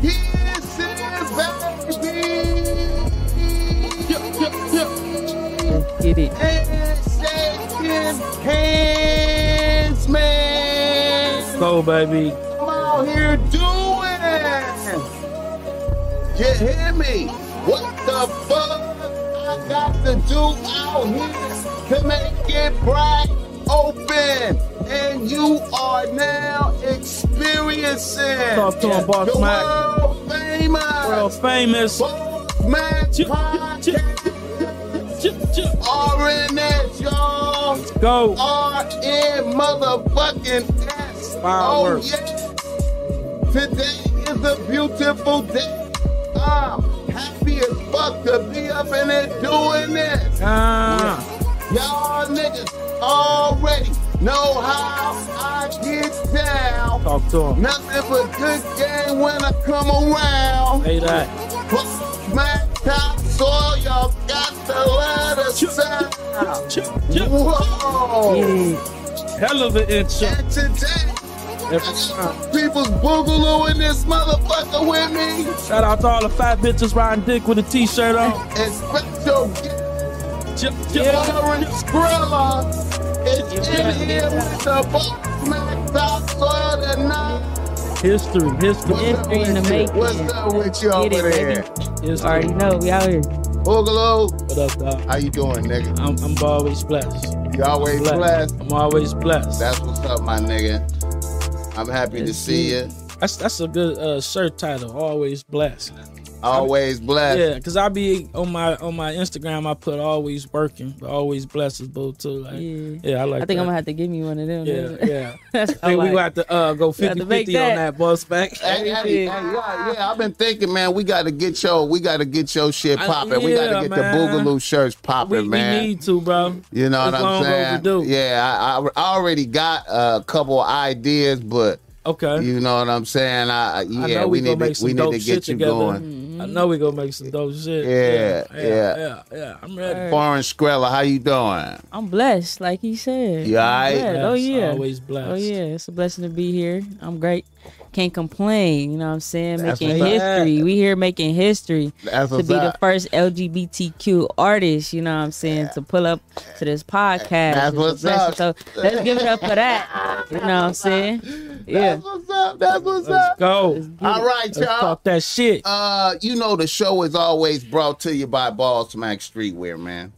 This is baby. Yup, yup, yup. Let's get it. And shaking hands, man. So, baby, Come out here, do it. You hear me? What the fuck I got to do out here to make it bright open? And you are now experiencing talk to him, boss the Mac. world World famous famous. Boss Mac Ch- ch- Podcast. Ch- ch- RNS, y'all. Go. R N motherfucking S. Fireworks. Oh yes. Today is a beautiful day. I'm happy as fuck to be up in there doing this. Ah, Y'all niggas already know how I get down. talk to him. Nothing but good game when I come around. Say that. Fuck my top soil, y'all got to let us Ch- out. ch- ch- Whoa! Hell of an intro. And today, Every time. people's boogalooing this motherfucker with me. Shout out to all the fat bitches riding dick with a t-shirt on. And special guest Ch- ch- Lawrence Grilla is in here with the boss Mac Top for the night. History, history, What's up History in the with you? making. What's up with you Get it, over baby. there? Already history. know we out here. Boogaloo, What up, dog? how you doing, nigga? I'm, I'm always blessed. You always blessed. blessed. I'm always blessed. That's what's up, my nigga. I'm happy to Yes, see you. That's that's a good uh, shirt title. Always blessed. Always blessed. Yeah, cause I be on my on my Instagram. I put always working, but always blessed is both too. Like, yeah. Yeah. I like. I think that. I'm gonna have to give me one of them. Yeah, yeah. That's I think I'm we gonna like, have to uh, go have to 50 make 50 that. on that bus back. Hey, hey, hey, yeah, yeah, I've been thinking, man. We got to get your, we got to get your shit I- popping. we got yeah, to get man. the Boogaloo shirts We, popping, we man. need to, bro. you know what it's I'm long saying? overdue. Yeah, I, I, I already got a couple ideas, but Okay. you know what I'm saying? I, I- I yeah, know we, we, need gonna make to, some we need dope to shit get you together. going. Mm-hmm. I know we gonna make some dope shit. Yeah, yeah, yeah. yeah. yeah. I'm ready. Alright. Foreign Skrella, how you doing? I'm blessed, like he said. You I'm alright? blessed. Oh Blessed, yeah. Always blessed. Oh yeah. It's a blessing to be here. I'm great. Can't complain. You know what I'm saying? That's Making what's up. history. We here making history. That's to what's be the up. first LGBTQ artist, you know what I'm saying, to pull up to this podcast. That's It's a what's blessing. up. So let's give it up for that. You know what I'm saying? Yeah. That's what's up. That's what's Let's up. go. Let's get All it. right, Let's y'all. talk that shit. Uh, you know the show is always brought to you by Ball Smack Streetwear, man.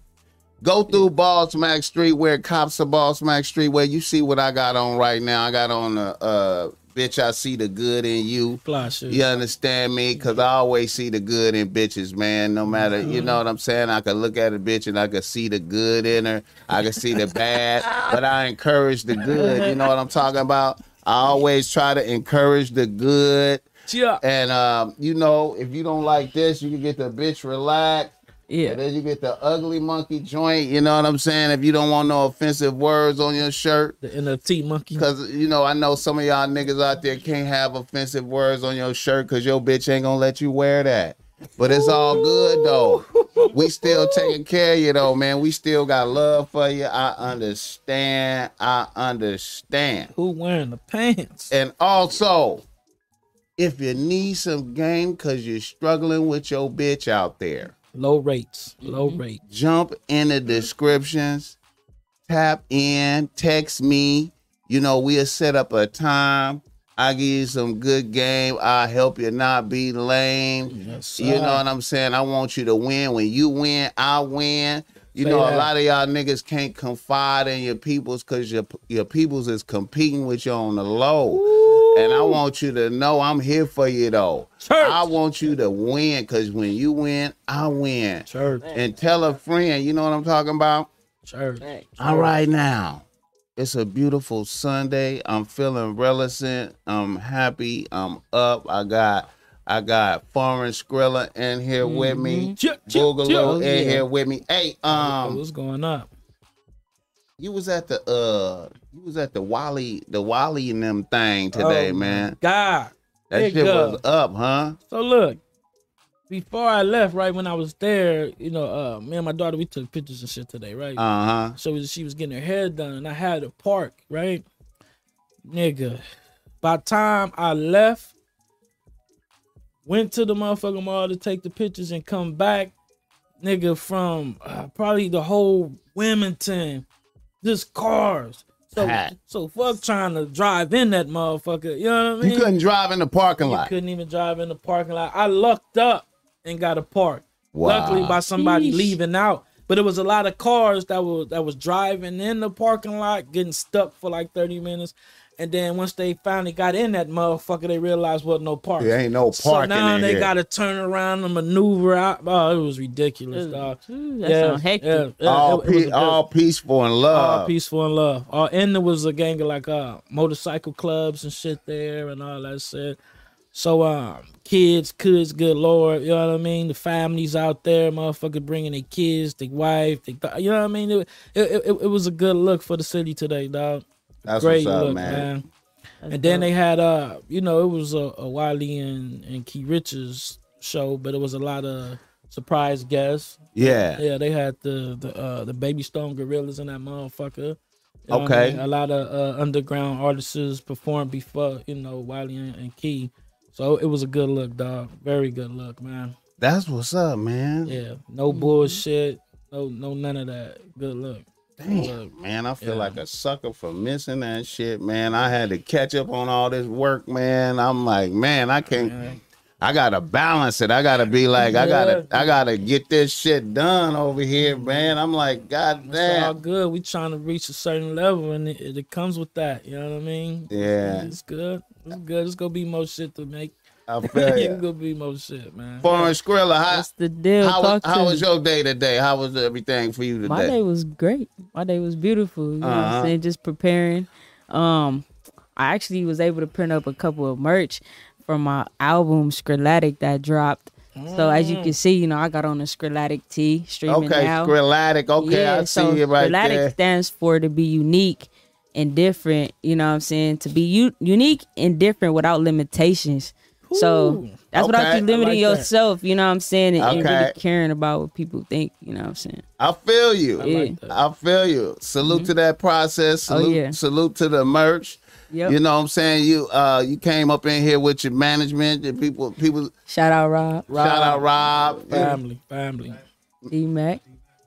Go through Ball Smack Streetwear, cops of Ball Smack Streetwear. You see what I got on right now. I got on a uh, bitch. I see the good in you. Fly shit. You understand me? Cause I always see the good in bitches, man. No matter you know what I'm saying. I could look at a bitch and I could see the good in her. I could see the bad, but I encourage the good. You know what I'm talking about? I always try to encourage the good. Yeah. And um, you know, if you don't like this, you can get the bitch relax. And Yeah. then you get the ugly monkey joint. You know what I'm saying? If you don't want no offensive words on your shirt. The NFT monkey. Cause you know, I know some of y'all niggas out there can't have offensive words on your shirt because your bitch ain't gonna let you wear that. But it's all good though. We still taking care of you though, man. We still got love for you. I understand. I understand. Who wearing the pants? And also, if you need some game because you're struggling with your bitch out there, Low rates. Mm-hmm. Low rate. jump in Mm-hmm. the descriptions, tap in, text me. You know, we'll set up a time. I give you some good game. I'll help you not be lame. Yes, You sir. know what I'm saying? I want you to win. When you win, I win. You Say know, a that. lot of y'all niggas can't confide in your peoples because your your peoples is competing with you on the low. And I want you to know I'm here for you though. Church. I want you to win because when you win, I win. Church. And tell a friend, you know what I'm talking about? Church. All right now. It's a beautiful Sunday. I'm feeling relevant. I'm happy. I'm up. I got I got foreign Skrilla in here with me. Ch- ch- ch- Boogaloo Oh, ch- in Oh, yeah. here with me. Hey, um, What's going up? you was at the uh you was at the Wally the Wally and them thing today, Oh, man. God. That big shit was up. up, huh? So look, before I left, right when I was there, you know, uh, me and my daughter, we took pictures and shit today, right? Uh-huh. so she was getting her hair done, and I had a park, right? Nigga, by the time I left, Went to the motherfucking mall to take the pictures and come back, nigga, from uh, probably the whole Wilmington, just cars. So, Hot. so fuck trying to drive in that motherfucker. You know what I mean? You couldn't drive in the parking You lot. couldn't even drive in the parking lot. I lucked up and got a park. Wow. Luckily by somebody Yeesh. leaving out. But it was a lot of cars that were that was driving in the parking lot, getting stuck for like 30 minutes. And then once they finally got in that motherfucker, they realized wasn't no park. There ain't no So parking now in they here. gotta turn around and maneuver out. Oh, it was ridiculous, dog. Ooh, that sound hectic. yeah, yeah, all, it- it was pe- a- all peaceful and all love. peaceful and love. All and there was a gang of like uh motorcycle clubs and shit there and all that shit. So um, kids, kids, good lord, you know what I mean. The families out there, motherfucker, bringing their kids, their wife, they, you know what I mean. It, it, it, it was a good look for the city today, dog. That's Great what's up, look, man. man. That's And then dope. they had uh, you know, it was a, a Wiley and and Key Richards show, but it was a lot of surprise guests. Yeah. Yeah, they had the the uh, the Baby Stone Gorillas in that motherfucker. You know what Okay. I mean? A lot of uh, underground artists performed before, you know, Wiley and, and Key. So it was a good look, dog. Very good look, man. That's what's up, man. Yeah. No Mm-hmm. bullshit. No no none of that. Good look. Good look. Damn, man, I feel Yeah. like a sucker for missing that shit, man. I had to catch up on all this work, man. I'm like, man, I can't. I gotta balance it. I gotta be like, I gotta, I gotta get this shit done over here, man. I'm like, god Mm-hmm. It's all damn. good. We trying to reach a certain level and it, it comes with that. You know what I mean? Yeah, It's good. It's good. It's gonna be more shit to make. I feel It's you. gonna be more shit, man. Foreign Skrilla, how, That's the deal. how, was, Talk to how me. was your day today? How was everything for you My day today? was great. My day was beautiful. You know what Uh-huh. I'm saying? Just preparing. Um, I actually was able to print up a couple of merch from my album Skrillatic that dropped. So as you can see, you know, I got on a Skrillatic tee streaming Mm. Okay, now. Skrillatic. Okay, I so see you right Skrillatic there. stands for to be unique and different, you know what I'm saying? To be u- unique and different without limitations. So Ooh. that's Okay, without I you limiting like that. yourself, you know what I'm saying? And, and Okay. really caring about what people think, you know what I'm saying? I feel you. Yeah. like Mm-hmm. I feel you. Salute to that process. Oh, Salute, yeah. salute to the merch. Yep. You know what I'm saying? You uh you came up in here with your management, the people people Shout out Rob, shout out Rob and Family, family. D Mac.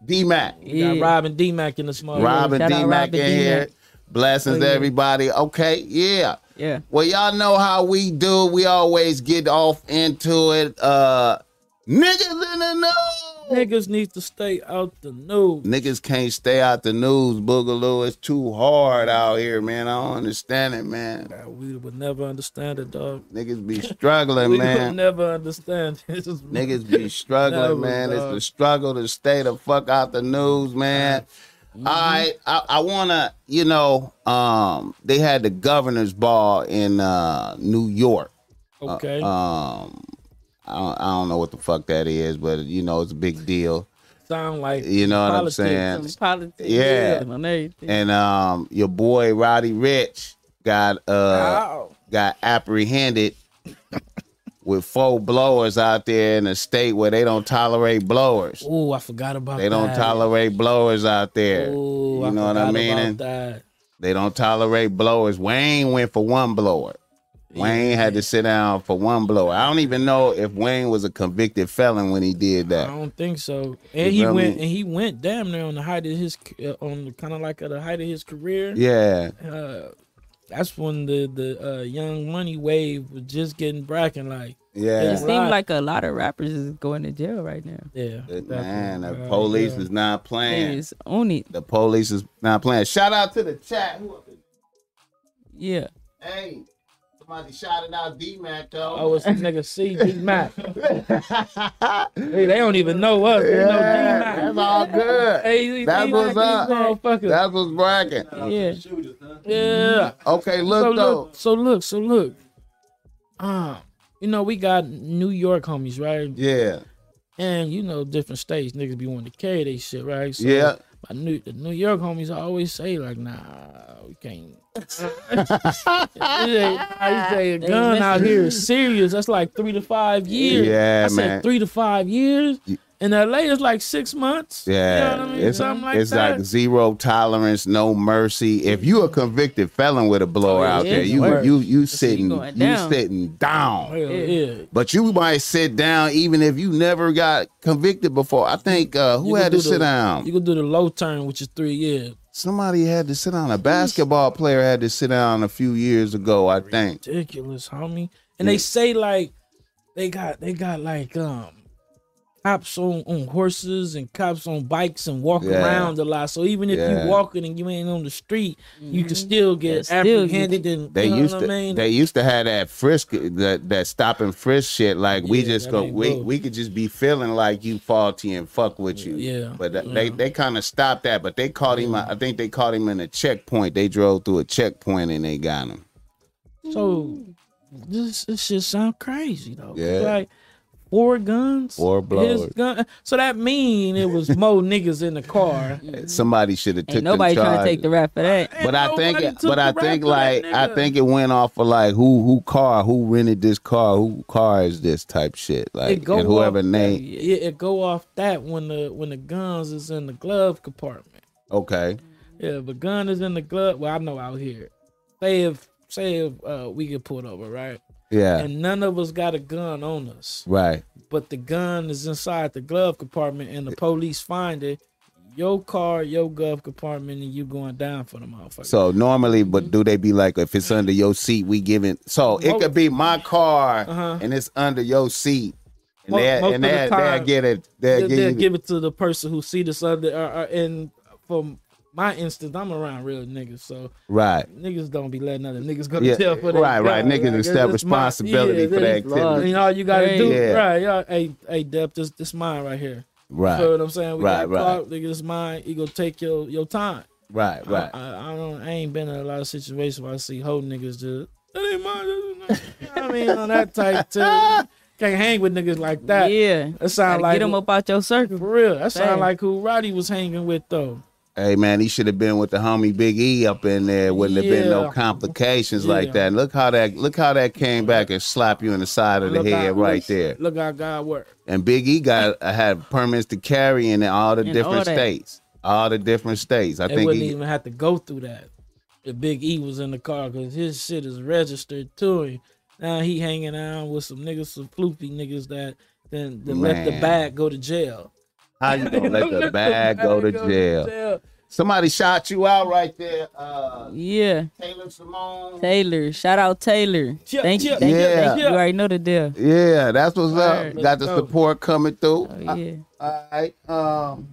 D Mac. We got Rob and D Mac in the small. Rob and Shout out D Mac Rob and in here. D-Mac. Blessings Oh, to yeah. everybody. Okay, yeah. Yeah. Well, y'all know how we do. We always get off into it. Uh niggas in the news. Niggas need to stay out the news. Niggas can't stay out the news, Boogaloo. It's too hard out here, man. I don't understand it, man. God, We would never understand it, dog. Niggas be We struggling, would man. never understand. This is Niggas be struggling, No, man. It's dog. the struggle to stay the fuck out the news, man. Mm-hmm. All right, I, I wanna, you know, um, they had the governor's ball in uh, New York. uh, okay. Um, I don't, I don't know what the fuck that is, but you know, it's a big deal. Sound like You know what politics. I'm saying? Some politics. Yeah. And everything. And um, your boy Roddy Rich got uh Ow. got apprehended with four blowers out there in a state where they don't tolerate blowers. Ooh, I forgot about that. They don't tolerate blowers out there. Ooh, you know what I forgot mean? about And that. They don't tolerate blowers. Wayne went for one blower. Wayne had to sit down for one blower. I don't even know if Wayne was a convicted felon when he did I that. don't think so. You And he feel me? went, and he went damn near on the height of his, uh, on kind of like at the height of his career. Yeah. Uh, that's when the the uh, young money wave was just getting bracken. Like, It Yeah. seems like a lot of rappers is going to jail right now. yeah, Man, the police is not They playing. is on it. The police is not playing. Shout out to the chat. Who up in- Yeah. Hey, somebody shouted out D Mac though. Oh, it's the nigga C D Mac. Hey, they don't even know us. They know Yeah, D that's Mac. all good. Hey, these That's D-Mac, what's these up. motherfuckers. That was bragging. Yeah. yeah. Okay, So look though. look, so look, so look. Uh, you know, we got New York homies, right? Yeah. And you know, different states, niggas be wanting to carry they shit, right? So Yeah. My New the New York homies always say like, nah, we can't. I say a gun out here is serious. That's like three to five years. Yeah, I said man. three to five years. In LA, it's like six months. You know Yeah, what I mean? it's Something like it's that. like zero tolerance, no mercy. If you a convicted felon with a Oh, blower yeah, out there, it's you worse. you you you sitting going you down. sitting down. Oh, Hell yeah. But you might sit down even if you never got convicted before. I think uh, who You had could to do sit the- down? You can do the low turn, which is three years. Somebody had to sit down. A basketball player had to sit down a few years ago, I think. Ridiculous, homie. And they say like they got they got like um cops on, on horses and cops on bikes and walk Yeah. around a lot. So even if Yeah. you walking and you ain't on the street, you can still Yeah, get still get- apprehended and They you know used what to I mean? they used to have that frisk that that stop and frisk shit. Like we Yeah, just that go ain't we good. we could just be feeling like you faulty and fuck with you. Yeah, Mm-hmm. But that, yeah. they they kind of stopped that. But they caught him. I think they caught him in a checkpoint. They drove through a checkpoint and they got him. so this this shit sound crazy though. Yeah. Like four guns. Four his blowers. gun- So that mean it was more niggas in the car. Somebody should have took Ain't them nobody trying to charges. take the rap for that. Mm-hmm. Ain't but I think, nobody took but I the think, rap like, for that I nigga. think it went off for like who, who car, who rented this car, who car is this type shit, like, It go and whoever off- name. Yeah, it go off that when the when the guns is in the glove compartment. Okay, Yeah, but gun is in the glove. Well, I know out here. Say if say if uh, we get pulled over, right? yeah, And none of us got a gun on us, right, but the gun is inside the glove compartment, and the police find it. Your car, your glove compartment, and you going down for the motherfucker. So normally, Mm-hmm. but do they be like, if it's under your seat, we giving? So it could be my car Uh-huh. and it's under your seat, and Mo- they most will and of the they will time, get it. They they'll, they'll give you. give it to the person who see this other. Or, or, and from my instance, I'm around real niggas, so Right, niggas don't be letting other niggas go to yeah, jail for that. right, right. Niggas accept responsibility for that laws. activity. And all you gotta Hey. do, Yeah. right? Y'all, hey, hey, Dep, this this mine right here. You feel Right, what I'm saying? We Right, got right. caught, nigga, this mine. You gonna take your your time. right, right. I, I, I don't. I ain't been in a lot of situations where I see whole niggas just. That ain't mine. that ain't mine." I mean, on that type too. Can't hang with niggas like that. yeah. That sound Gotta like get them up out your circle. for real. That Same. sound like who Roddy was hanging with though. Hey man, he should have been with the homie Big E up in there. Wouldn't have been no Yeah. complications like Yeah. that. Look how that look how that came back and slapped you in the side of the how- head right there. Look how God work. And Big E got had permits to carry in all the In different all that. states. All the different states. I They think wouldn't he, even have to go through that. The Big E was in the car because his shit is registered to him. Now he hanging out with some niggas, some floopy niggas that then that let the Man. bag go to jail. how you gonna let the bag Bag go to jail? Somebody shot you out right there, uh Yeah. Taylor Simone. Taylor. Shout out Taylor. Yeah, Thank you. yeah, Thank you. yeah, Thank you. yeah. You already know the deal. Yeah, that's what's Word. up. Got the Let's go. support coming through. Oh, I- yeah. All right. Um,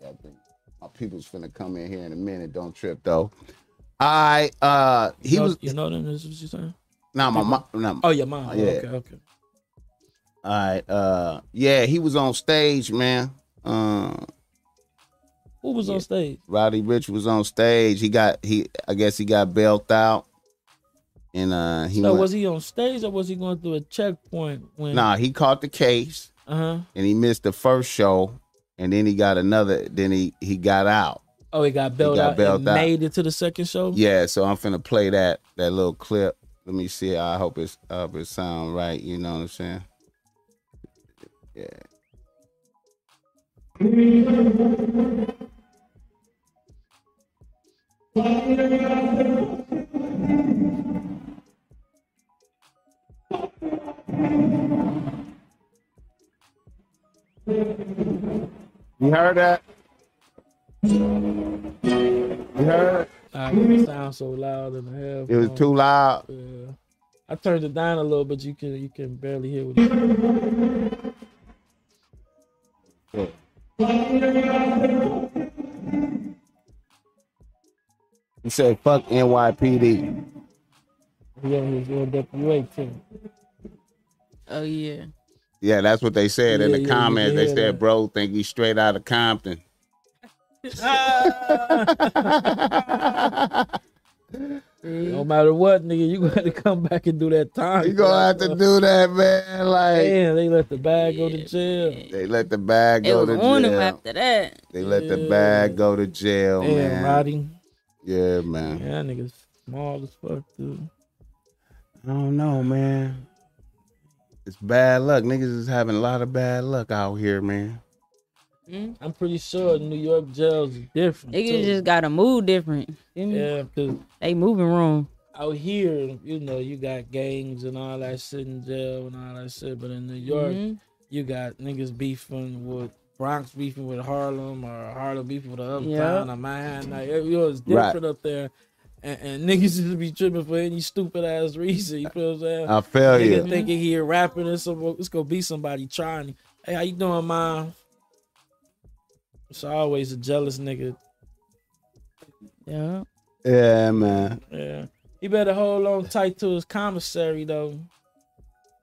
yeah, I think my people's finna come in here in a minute. Don't trip though. I uh, he You know, was you know them. Is what you saying? now my mom. Nah, Oh, your mom. Yeah. Okay, okay. all right. Uh, yeah, he was on stage, man. Um, Who was on stage? Roddy Rich was on stage. He got he. I guess he got bailed out, and uh, he So went- was he on stage or was he going through a checkpoint? When nah. He caught the case. Uh huh. and he missed the first show, and then he got another. Then he he got out. Oh, he got bailed got out bailed and out. made it to the second show. Yeah, so I'm finna play that that little clip. Let me see. I hope it's up. It sound right. You know what I'm saying? Yeah. You heard that? You heard? it? I it sounds so loud in the hell. It was too loud. Yeah. Uh, I turned it down a little, but you can you can barely hear what. It, He said, fuck NYPD. yeah, he's doing WA team. Oh yeah. Yeah, that's what they said in Yeah, the yeah, comments. you They can said, hear that. bro, think he's straight out of Compton. No matter what, nigga, you got to come back and do that time. You gonna have to do that, man. Like Damn, they let the bag go to jail. they let the bag It go was to on him jail. after that. They let the Yeah. bag go to jail, Damn, man. Roddy. Yeah, man. Yeah, that nigga's small as fuck, dude. I don't know, man. it's bad luck. Niggas is having a lot of bad luck out here, man. Mm-hmm. I'm pretty sure New York jails are different. Niggas too. just gotta move different. Feel me? yeah, because They moving wrong. out here, you know, you got gangs and all that shit in jail and all that shit. But in New York, Mhm. you got niggas beefing with Bronx beefing with Harlem or Harlem beefing with the Uptown Yeah. or Manhattan. Like, it was Right. different up there. And, and niggas just be tripping for any stupid ass reason. You feel what I'm saying? I feel Nigga you. thinking he a rapper and some, it's gonna be somebody trying. Hey, how you doing, mom? It's always a jealous nigga. Yeah. Mm-hmm. Yeah, man. Yeah, he better hold on tight to his commissary though.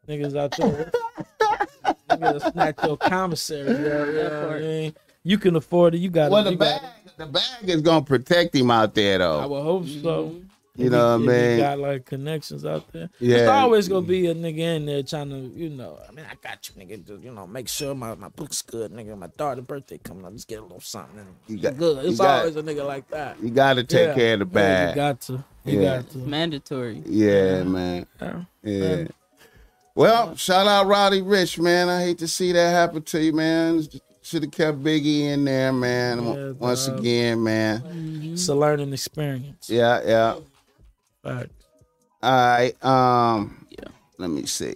Niggas out there, you better snatch your commissary. Yeah, yeah, That part. You can afford it. You got Well, it. the you got bag, it. the bag is gonna protect him out there, I though. would hope so. You know If what I you mean? Got like connections out there. There's Yeah. always gonna be a nigga in there trying to, you know. I mean, I got you, nigga. Just, you know, make sure my, my book's good, nigga. My daughter's birthday coming up. Just get a little something. And You got- good. you It's got- always a nigga like that. You gotta take Yeah. care of the Yeah, bag. you got to. You Yeah. got to. Mandatory. yeah, man. Yeah. Yeah. Well, shout out Roddy Rich, man. I hate to see that happen to you, man. Should have kept Biggie in there, man. Yeah, Once dog. again, man. It's a learning experience. Yeah, yeah. Fact. All right. Um. Yeah. Let me see.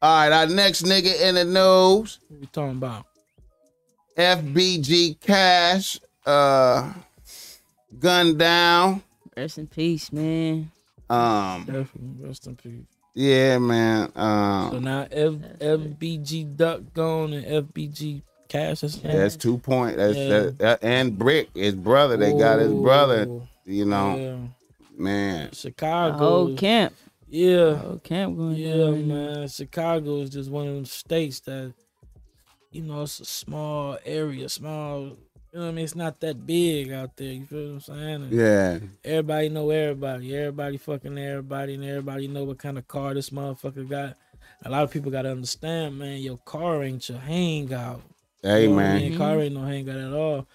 All right. Our next nigga in the news, What we talking about? FBG Cash, uh, gunned down. Rest in peace, man. Um. Definitely. Rest in peace. Yeah, man. So Um. now F- FBG Duck gone and FBG Cash. That's yeah, that's two point. That's Yeah. that, that- and Brick, his brother. They got his brother. You know, man. Yeah. The Chicago. whole is- camp. The Yeah. whole camp going Yeah, down right now. man. Chicago is just one of them states that, you know, it's a small area, small. You know what I mean? It's not that big out there. You feel what I'm saying? And Yeah. Everybody know everybody. Everybody fucking everybody, and everybody know what kind of car this motherfucker got. A lot of people gotta understand, man. Your car ain't your hangout. Hey, You know what I man. mean? Mm-hmm. Car ain't no hangout at all.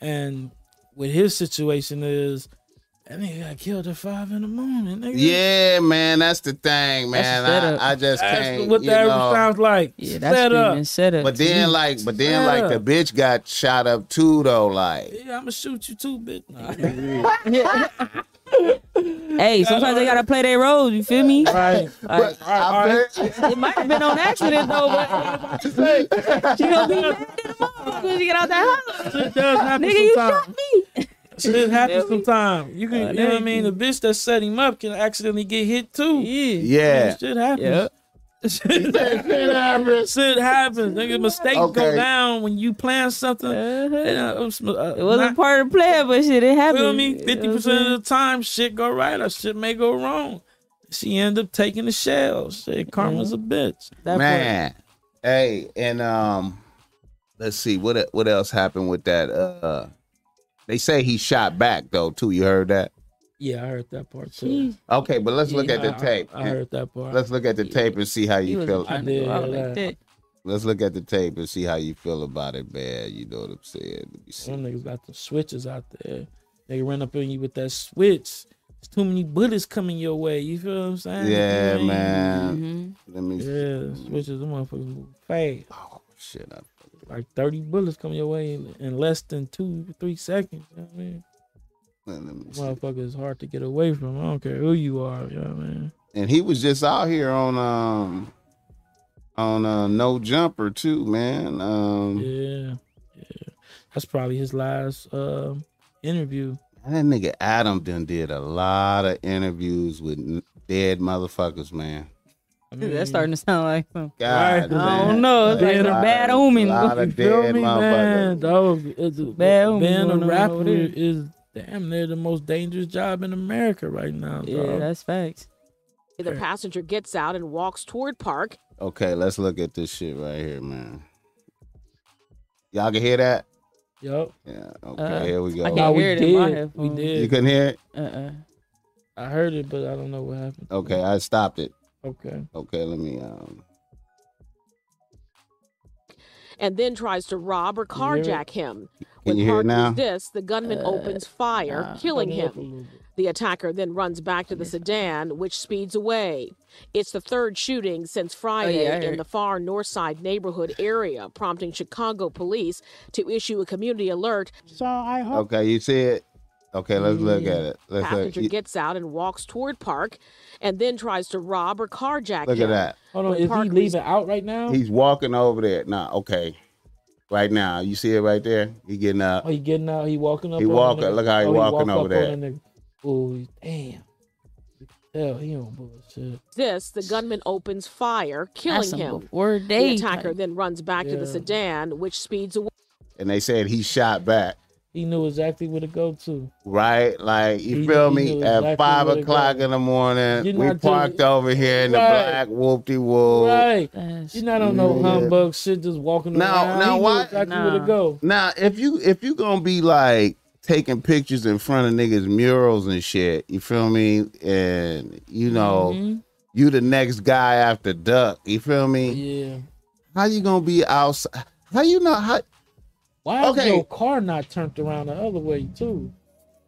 And with his situation is, that nigga got killed at five in the morning. Nigga. Yeah, man, that's the thing, That's man. the setup. I, I just That's can't. what you that know. sounds like. Yeah, that's Set up. been set up. But to then, me. like, but then, Yeah. like, the bitch got shot up too, though. Like, Yeah, I'ma shoot you too, bitch. Nah. hey, sometimes they gotta play their roles. You feel me? right. but all I bet- It might have been on accident though, but she gonna be mad at the motherfucker when she get out that house. Shit does happen Nigga, you shot sometimes. me. Shit happens Feel me? sometimes. You can, Uh, you know what I thank mean. The you. bitch that set him up can accidentally get hit too. Yeah. yeah. Shit happens. Yep. Shit happens. Nigga, mistakes Okay. go down when you plan something. And, uh, um, sm- uh, Uh-huh. It wasn't not- part of the plan, but shit, it happened. feel me? You know Fifty what I'm percent saying? of the time, shit go right or shit may go wrong. She end up taking the shell. Shit, karma's a bitch. That part. man. Hey, and um, let's see what e- what else happened with that. Uh, they say he shot back though too. You heard that? Yeah, I heard that part too. Jeez, Okay, but let's look at the I- I- tape. I, heard that part. Let's look at the tape and see how He you was feel. trying I to did, go out yeah. like that. Let's look at the tape and see how you feel about it, man. You know what I'm saying? Let me see. Some niggas got the switches out there. They run up on you with that switch. There's too many bullets coming your way. You feel what I'm saying? Yeah, You know what I man. mean? Mhm. Let me. Yeah, switches. Them motherfuckers move fast. Oh shit! I, Like 30 bullets coming your way in, in less than two, three seconds. You know what I mean? let me see. Motherfucker is hard to get away from. I don't care who you are. You know what I mean? And he was just out here on um on uh no jumper too, man. Um Yeah, yeah. That's probably his last um, interview. that nigga Adam done did a lot of interviews with n- dead motherfuckers, man. I That's starting to sound like some. God, Right. damn. I don't know. It's like Lot a of- bad omen. lot You of feel dead me, man? motherfuckers. Dog, it's, Bad being omen a going on rapper over there. is damn near the most dangerous job in America right now. Dog. Yeah, that's facts. The passenger gets out and walks toward park. Okay, let's look at this shit right here, man. Y'all can hear that? Yep. Yeah. Okay, Uh, here we I go. can't we hear it in my did. headphones. We did. You couldn't hear it? Uh uh I heard it, but I don't know what happened. Okay, I stopped it. Okay. Okay, let me um and then tries to rob or carjack him. Can you hear it Park now? resists, the Uh, gunman opens fire, killing him. The attacker then runs back to the sedan, which speeds away. It's the third shooting since Friday Oh, I in heard. the far north side neighborhood area, prompting Chicago police to issue a community alert. Okay, you see it? Okay, let's look at it. Let's Passenger look. gets out and walks toward Park and then tries to rob or carjack Look him. at that. Hold on, When is he Park leaving out right now? He's walking over there. Nah, okay. Right now, you see it right there. He getting up. oh, he getting out. He walking up. He on the walking, nigga? look how he Oh, walking walk over up there. on the nigga. Oh, damn. Hell, he on bullshit. This, the gunman opens fire, That's killing some him. before The day. attacker type. then runs back to the Yeah. sedan, which speeds away. And they said he shot back. He knew exactly where to go to. Right? Like, you He- feel he me? knew At exactly five where to o'clock go. in the morning, You're we not doing- parked over here in Right. the black whoop de whoop. Right. That's- You're not on no Oh, Yeah. humbug shit, just walking Now- around. now he why- knew exactly where to Nah. go. Now, if you if you gonna be like taking pictures in front of niggas murals and shit, you feel me? And you know, Mm-hmm. Hmm? you the next guy after Duck. You feel me? Yeah. How you gonna be outside? How you know how Why Okay. is your car not turned around the other way too?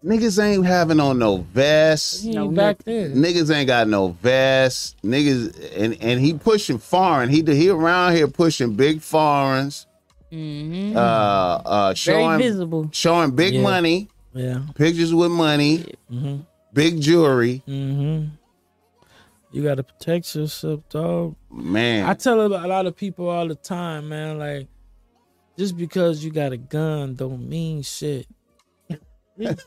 niggas ain't having on no vest? He No, ain't back then. Niggas ain't got no vest. Niggas and and he pushing foreign. He he around here pushing big foreigns. Mhm. Uh, uh, Very showing visible. showing big Mm. Yeah. money, Yeah. pictures with money, Mhm. big jewelry. Mm-hmm. You gotta protect yourself, dog. Man, I tell a lot of people all the time, man, like just because you got a gun don't mean shit. It, it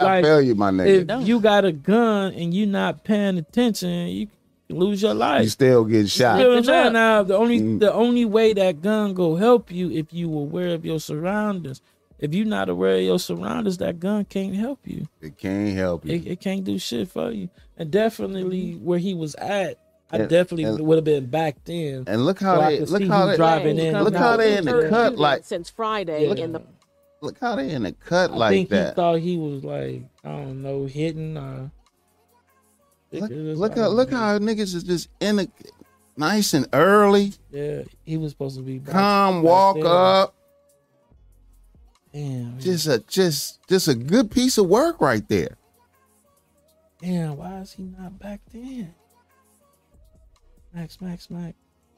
I like feel you, my nigga. if you got a gun and you not paying attention, you can lose your life. you still getting shot. You know what I'm saying? up. Now, the only Mm. the only way that gun go help you if you aware of your surroundings. If you not aware of your surroundings, that gun can't help you. It can't help you. It, it can't do shit for you. And definitely Mm-hmm. where he was at, I And- definitely and- would have been back then. and look how So I they could look see how you they driving look in how- and Look how out. they in the Third cut shooting like since Friday Yeah. in the look how they in the cut I like think he that. thought he was like I don't know hitting. Uh, Look, look how look how niggas is just in the nice and early. yeah he was supposed to be back- Come back walk there. up. Damn, Just a just just a good piece of work right there. damn, why is he not back then? Max, Max, Max.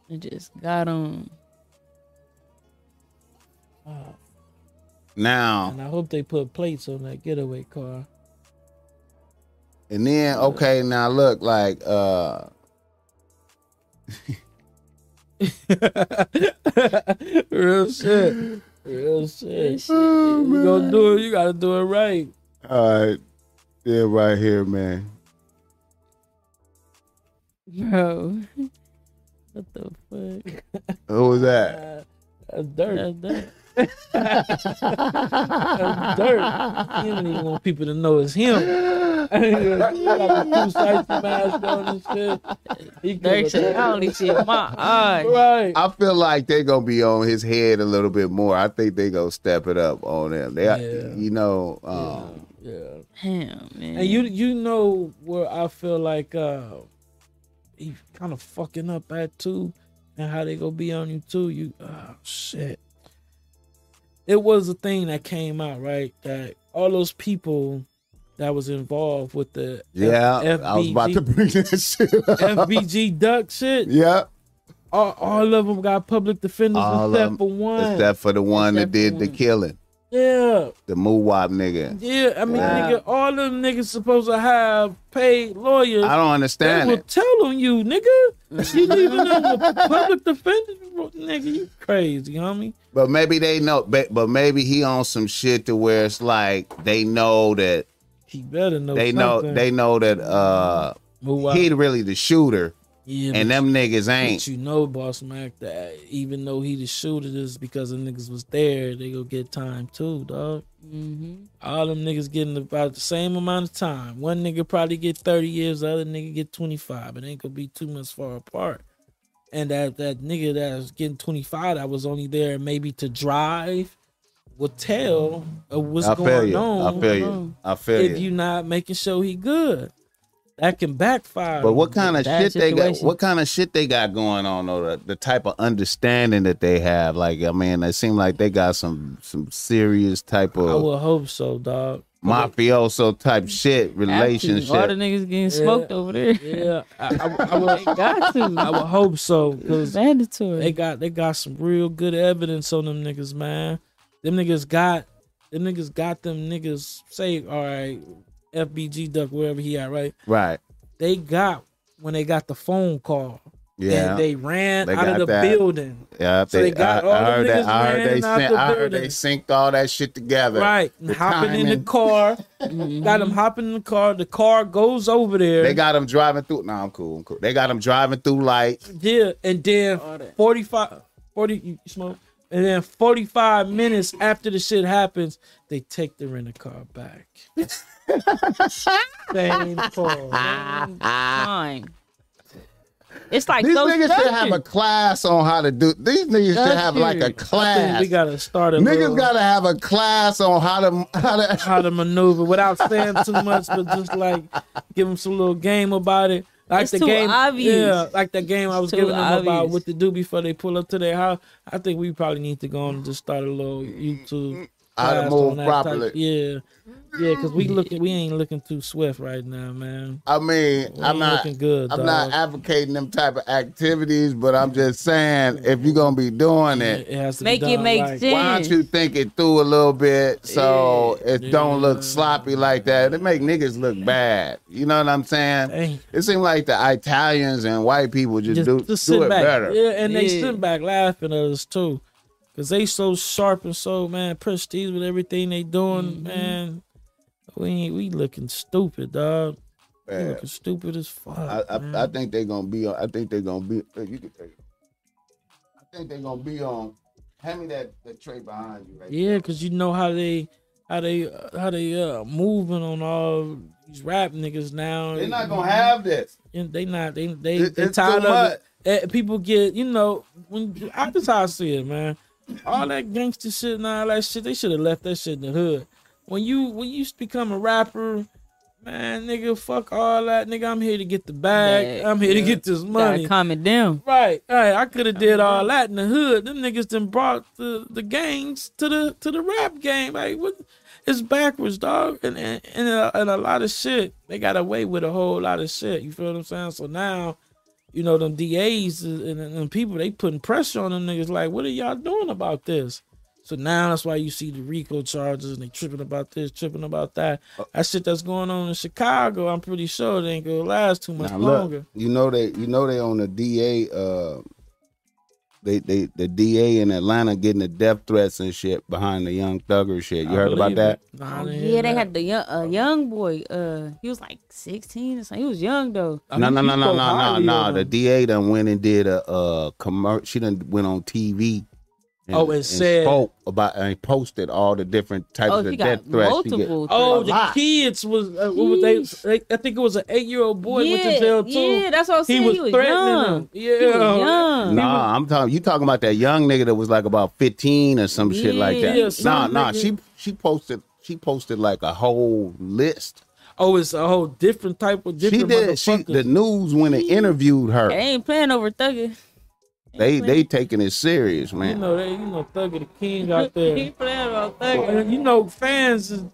It just got on. Wow. Now And I hope they put plates on that getaway car. and then okay, now look like uh Real shit. Real shit. You gonna do it, you gotta do it right. all right, yeah, right here, man. Bro. What the fuck? Who was that? Uh, that's dirt. That's that. That's dirt. He don't even want people to know it's him. You got the two sides mask on and shit. He Dirk could've- said, holy shit, my eyes. Right. I feel like they gonna be on his head a little bit more. I think they gonna step it up on him. They, Yeah. you know, um, Yeah. Damn, man. And you you know where I feel like uh he kind of fucking up at too, and how they gonna be on you too. You oh shit. It was a thing that came out right that all those people that was involved with the F- yeah. I was FBG about to bring that shit up. FBG duck shit. yeah, All, all of them got public defenders All of except 'em, for one. except for the one that Except did for the one. killing, yeah. the Muwab nigga. Yeah, I mean, Wow. nigga, all them niggas supposed to have paid lawyers. I don't They understand will it. tell on you, nigga. You leaving them a public defender, nigga. You crazy, homie. But maybe they know. But, but maybe he on some shit to where it's like they know that He better know. they know something. they know that uh Move out. he really the shooter yeah, and them niggas but ain't. you know, Boss Mac, that even though he the shooter, just because the niggas was there, they go get time too, dog. Mhm. All them niggas getting about the same amount of time. One nigga probably get thirty years, the other nigga get twenty five. It ain't gonna be too much far apart. And that that nigga that was getting twenty five, that was only there maybe to drive, will tell of what's I feel going you. on. I feel you. I feel if you. you not making sure he good. That can backfire. But what kind of Bad shit they got? situation. What kind of shit they got going on? Or the, the type of understanding that they have? Like, I mean, it seems like they got some some serious type I of would hope so, dog. mafioso type shit All the relationship. niggas getting smoked over there. Yeah, I, I, I would, Got I to. would hope so because Mandatory. they got they got some real good evidence on them niggas, man. Them niggas got them niggas got them niggas say all right, FBG duck wherever he at right. Right? They got when they got the phone call. Yeah. and they ran They out got of the that. building. yeah. so they got all them heard that. niggas I heard they ran out syn- the I heard they building. synced all that shit together. Right, The hopping in timing. the car, got them hopping in the car. The car goes over there. They got them driving through. No, I'm cool. I'm cool. They got them driving through lights. Yeah, and then 45, 40, you smoke, and then 45 minutes after the shit happens, they take the rental car back. Same car. time. It's like These so niggas should have a structured. class on how to do. These niggas should have like a Structured. I think class. we gotta start a little- Niggas gotta have a class on how to how to how to maneuver without saying too much, but just like give them some little game about it. Like It's the too game, obvious. yeah, like the game I was too giving them about obvious. what to do before they pull up to their house. I think we probably need to go on and just start a little YouTube. How to class move on that type- properly. Yeah, yeah, because we look, we ain't looking too swift right now, man. I mean, We I'm ain't not. looking good. I'm dog. not advocating them type of activities, but I'm just saying if you're gonna be doing It it, has to be Make it done make right. sense. why don't you think it through a little bit so it don't look sloppy like that? It make niggas look bad. You know what I'm saying? Hey. It seems like the Italians and white people just, just, do, just do sit it back. better. Yeah, and they Yeah. sit back laughing at us too, cause they so sharp and so man prestige with everything they doing, Mm-hmm. man. We ain't, we looking stupid, dog. We Man, looking stupid as fuck. I, man. I, I think they're gonna be on. I think they're gonna be. uh, You can take it. I think they're gonna be on. Hand me that, that tray behind you. Right yeah, cause you know how they how they uh, how they uh moving on all these rap niggas now. They're not gonna have this. And they not they they It- they it's tired too of it. Eh, people get you know when I just how I see it, man. All that gangster shit and all that shit, they should have left that shit in the hood. When you when you become a rapper, man, nigga, fuck all that, nigga. I'm here to get the bag. Bag, I'm here to yeah. get this money. Gotta calm it down. Right, right. I could have did all that in the hood. Them niggas then brought the, the gangs to the to the rap game. Like what? It's backwards, dog. And and and a, and a lot of shit. They got away with a whole lot of shit. You feel what I'm saying? So now, you know them DAs and, and, and people they putting pressure on them niggas. Like what are y'all doing about this? So now that's why you see the RICO charges and they tripping about this, tripping about that. Uh, That shit that's going on in Chicago, I'm pretty sure it ain't gonna last too much Now longer. look, you know they, you know they on the DA. Uh, they, they, the DA in Atlanta getting the death threats and shit behind the Young Thugger shit. You I heard about believe that? it. Nah, I Oh, didn't yeah, hear they that. had the young a young boy. Uh, he was like sixteen or something. He was young though. I No, mean, no, he no, no, no, spoke no, highly no. of The him. DA done went and did a uh commercial. She done went on TV. Oh, and said- spoke about and posted all the different types Oh, of she death got threats. she get. multiple. Oh, A threats. the lot. kids was uh, what was Jeez. they, they? I think it was an eight-year-old boy went to jail too. Yeah, that's what I was he saying. was he was threatening young. him. Yeah, He was young. Nah, I'm talking. You talking about that young nigga that was like about 15 or some shit like that. Yeah, nah, some nah. nigga- She she posted she posted like a whole list. Oh, it's a whole different type of She different did. She motherfuckers. the news when they interviewed They her. ain't playing over thugging. They they taking it serious, you man. know, they, you know, Thug of the King out He there. ain't playing over thugging. And, you know, fans, is- you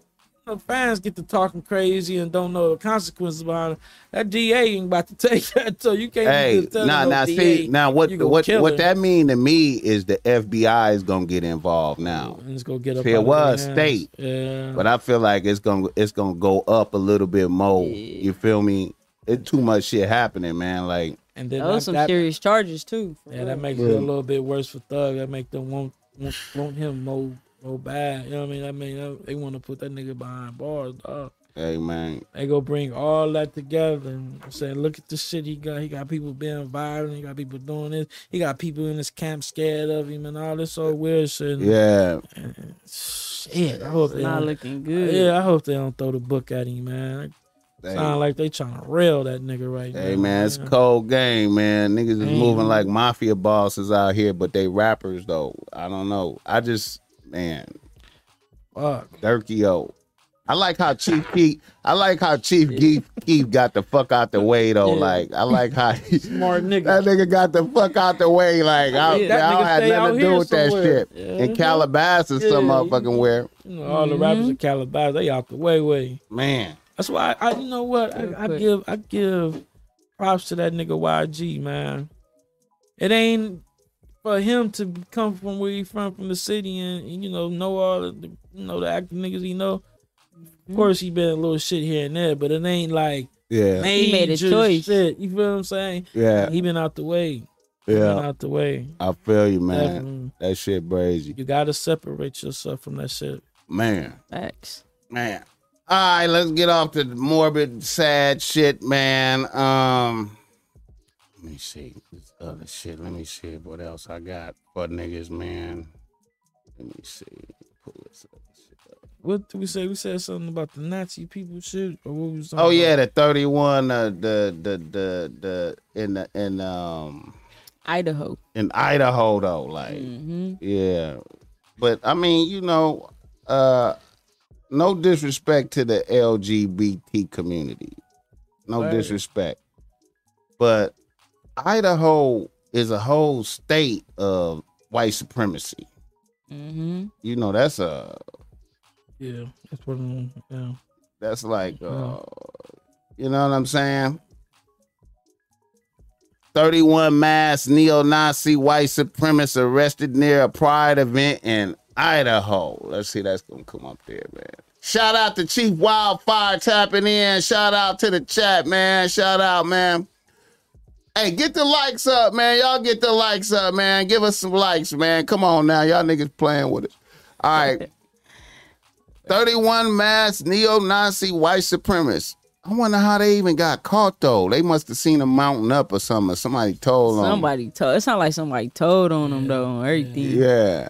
know, fans get to talking crazy and don't know the consequences behind it. That DA ain't about to take that, so you can't. Hey, just tell now no now DA, see now what you gonna what kill what her. that mean to me is the FBI is gonna get involved now. And it's gonna get up. See, it out of was their hands. state. Yeah. But I feel like it's gonna it's gonna go up a little bit more. You feel me? It's too much shit happening, man. Like and then Those that- some that- serious charges too. for Yeah, real. that makes it a little bit worse for Thug. That make them want want, want him more more bad. You know what I mean? I mean uh, they want to put that nigga behind bars. Dog. hey man, They go bring all that together and say, look at the shit he got. He got people being violent. He got people doing this. He got people in his camp scared of him and all this old weird shit. And yeah. Shit, I hope they not don't, looking good. Uh, yeah, I hope they don't throw the book at him, man. Hey, Sound like they trying to rail that nigga right now. hey, man, it's cold game, man. Niggas is moving like mafia bosses out here, but they rappers though. I don't know. I just man, Fuck. Durkio. I like how Chief Keef. I like how Chief Keef, Keef got the fuck out the way though. Like I like how he, Smart nigga. that nigga got the fuck out the way. Like I, Yeah, that I nigga had stay out nothing to do here with that somewhere. Mhm. shit. In Calabasas, some Yeah. motherfucking where You know, all the rappers Mm-hmm. in Calabasas, they out the way, way. man. That's why I, I you know what I, I quick. give I give props to that nigga YG man. It ain't for him to come from where he from from the city and, and, you know know all the you know the active niggas he know. Mm-hmm. Of course he been a little shit here and there, but it ain't like Yeah, major He made a choice. shit. You feel what I'm saying? yeah, He been out the way. He been yeah. out the way. I feel you, man. Definitely. That shit crazy, You gotta separate yourself from that shit. man. Facts. man. All right, let's get off the morbid, sad shit, man. Um, let me see this other shit. Let me see what else I got for niggas, man. Let me see. Pull this up. What did we say? We said something about the Nazi people shit, or what we was? talking Oh about? yeah, the thirty-one. Uh, the the the the in the in um Idaho. in Idaho though, like Mm-hmm. yeah. But I mean, you know, uh, no disrespect to the LGBT community. No Right. disrespect. But Idaho is a whole state of white supremacy. Mm-hmm. You know, that's a yeah, that's what I'm. Yeah, that's like Yeah. uh, you know what I'm saying? 31 mass neo-Nazi white supremacists arrested near a pride event in Idaho. Let's see, that's gonna come up there, man. Shout out to Chief Wildfire tapping in. Shout out to the chat, man. Shout out, man. Hey, get the likes up, man. Y'all get the likes up, man. Give us some likes, man. Come on now. Y'all niggas playing with us. All right. 31 mass neo-Nazi white supremacists. I wonder how they even got caught though. They must have seen a mountain up or something. or Somebody told them. Somebody told. It sounded like somebody told on them though on everything. Yeah.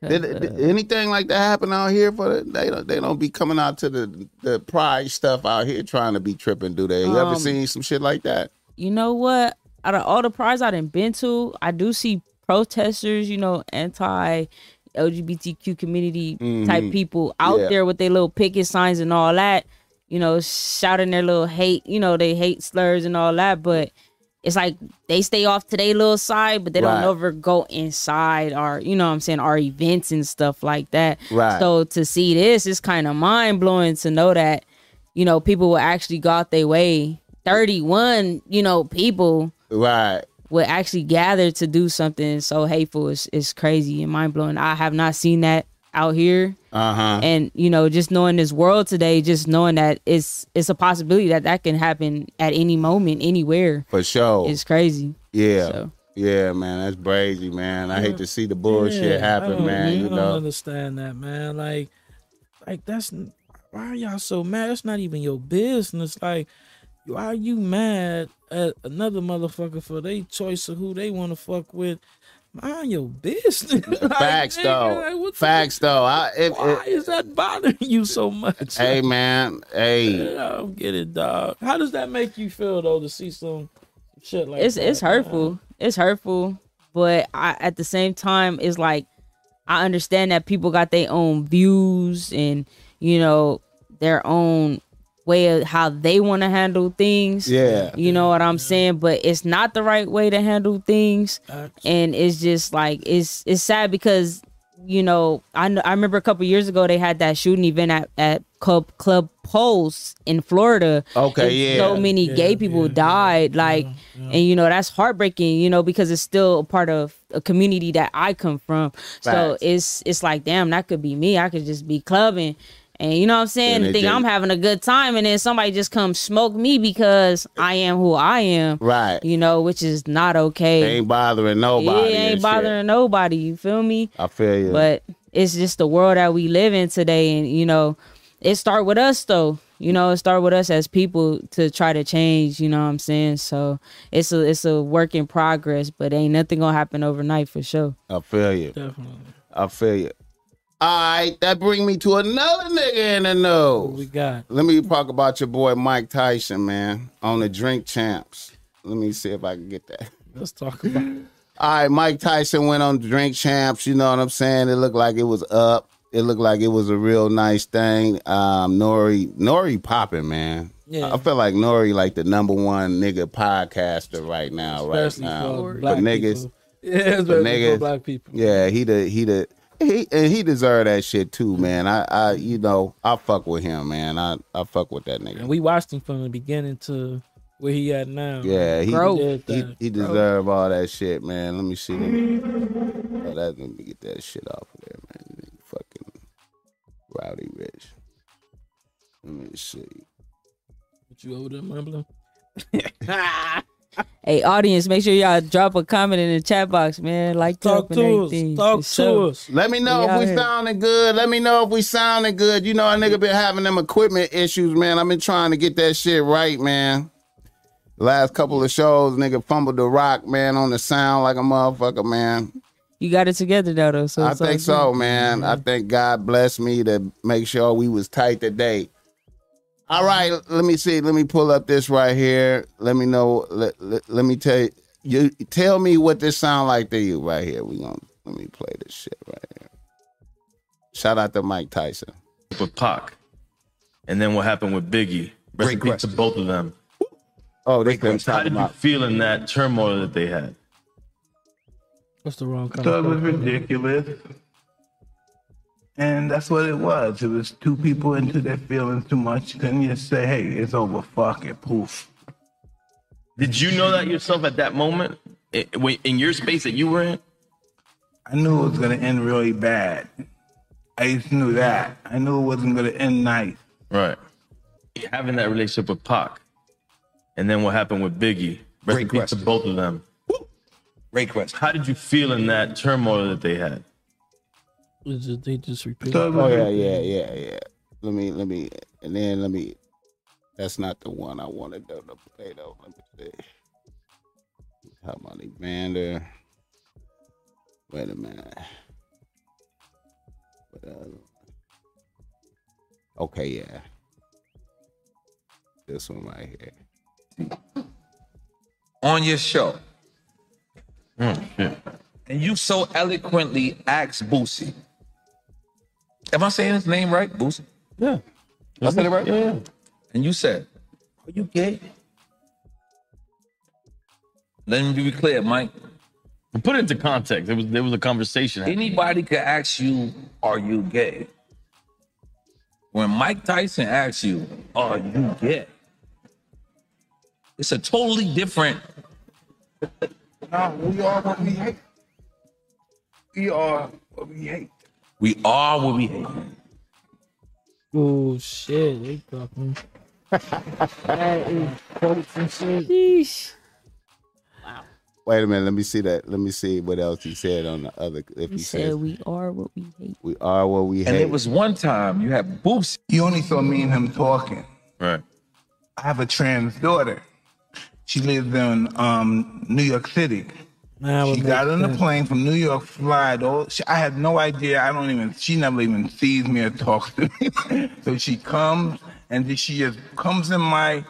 'Cause, Did, uh, did anything like that happen out here? For the, they don't they don't be coming out to the the pride stuff out here trying to be tripping, do they? You ever Um, seen some shit like that? you know what? Out of all the prides I done been to, I do see protesters, you know, anti LGBTQ community type people out Mm-hmm. Yeah. there with their little picket signs and all that, you know, shouting their little hate, you know, they hate slurs and all that, but it's like they stay off to their little side, but they Right. don't ever go inside our, you know what I'm saying, our events and stuff like that. Right. So to see this is kind of mind blowing to know that, you know, people will actually go out their way. 31, you know, people Right. would actually gather to do something so hateful. It's, it's crazy and mind blowing. I have not seen that out here. Uh huh. And, you know, just knowing this world today, just knowing that it's it's a possibility that that can happen at any moment, anywhere. For sure. It's crazy. yeah. so. Yeah, man. That's crazy, man. I hate to see the bullshit Yeah, I happen, don't- man. I You don't know. understand that, man. Like, like that's n- why are y'all so mad? That's not even your business. Like, why are you mad at another motherfucker for their choice of who they want to fuck with? Mind your business. Like, Facts nigga, like, though. what the- Facts though. I if, Why if- is that bothering you so much? hey man. Hey. I don't get it, dog. How does that make you feel though to see some shit like it's that? it's hurtful. It's hurtful, but I at the same time it's like I understand that people got their own views and you know their own way of how they want to handle things. Yeah. You know what I'm saying, but it's not the right way to handle things, Facts. and it's just like it's it's sad because you know I kn- I remember a couple years ago they had that shooting event at at Club Club Pulse in Florida, and Okay, so yeah. many Yeah, gay people yeah, died like and you know that's heartbreaking you know because it's still a part of a community that i come from so Facts. it's it's like damn that could be me i could just be clubbing and you know what i'm saying And they think i'm did. having a good time and then somebody just come smoke me because i am who i am Right. you know which is not okay ain't bothering nobody. and it ain't shit. bothering nobody you feel me I feel you. but it's just the world that we live in today and you know it start with us though you know it start with us as people to try to change you know what i'm saying so it's a it's a work in progress but ain't nothing gonna happen overnight for sure I feel you. Definitely. I feel you. All right, that bring me to another nigga in the What we nose. got? Let me talk about your boy Mike Tyson, man, on the Drink Champs. Let me see if I can get that. Let's talk about it. All right, Mike Tyson went on the Drink Champs. You know what I'm saying? It looked like it was up. it looked like it was a real nice thing. Um, Nori, Nori popping, man. Yeah. I feel like Nori like the number one nigga podcaster right now, Especially right now. for But black niggas, people. Yeah, especially for niggas. black people. yeah, he the he the he and he deserved that shit too, man. I I you know I fuck with him, man. I I fuck with that And nigga. we watched him from the beginning to where he at now. Yeah, he Growth. He did he, that. he deserve all that shit, man. Let me see. Let me, oh, that, let me get that shit off of there, man. You Fucking rowdy rich. Let me see. What you over there mumbling? Hey, audience, make sure y'all drop a comment in the chat box, man. Like Talk talk and to everything. us. Talk It's to so- us. Let me know We out if we here. sounding good. Let me know if we sounding good. You know, a nigga been having them equipment issues, man. I've been trying to get that shit right, man. Last couple of shows, nigga fumbled the rock, man, on the sound like a motherfucker, man. You got it together though, though. So I it's all think good. so, man. I think God blessed me to make sure we was tight today. All right, let me see. Let me pull up this right here. Let me know. Let, let, let me tell you, you. Tell me what this sound like to you right here. We gonna let me play this shit right here. Shout out to Mike Tyson. with Pac, and then what happened with Biggie. Rest in peace to both of them. Oh, this been How talking did you about. feel in that turmoil that they had? What's the wrong thought it was kind ridiculous. And that's what it was. It was two people into their feelings too much. Couldn't just say, hey, it's over. Fuck it. Poof. Did you know that yourself at that moment, I- when- in your space that you were in? I knew it was going to end really bad. I just knew that. I knew it wasn't going to end nice. Right. Having that relationship with Pac, and then what happened with Biggie. Rest in peace to both of them. Ray Quest. How did you feel in that turmoil that they had? It's just, they just repeat. Thought it Oh was yeah, yeah, yeah, yeah. Let me, let me, and then let me. That's not the one I wanted to to play though. Let me see. How about Evander? Wait a minute. But, uh, okay, yeah. This one right here. On your show. And you so eloquently asked Boosie. Am I saying his name right? Boosie? Yeah. I said it right? Yeah. And you said, Are you gay? Let me be clear, Mike. Put it into context. It was there was a conversation. Anybody could ask you, Are you gay? When Mike Tyson asks you, Are you gay? It's a totally different No, uh, we are what we hate. We are what we hate. we are what we hate. Oh shit, they talking. Sheesh. Wait a minute. Let me see that. Let me see what else he said on the other. If he, He says said we are what we hate. we are what we And hate. it was one time you had Boosie. You only saw me and him talking. Right. I have a trans daughter. She lives in um, New York City. Now She got on the plane from New York, flight. All she, I had no idea. I don't even. She never even sees me or talks to me. so she comes and then she just comes in my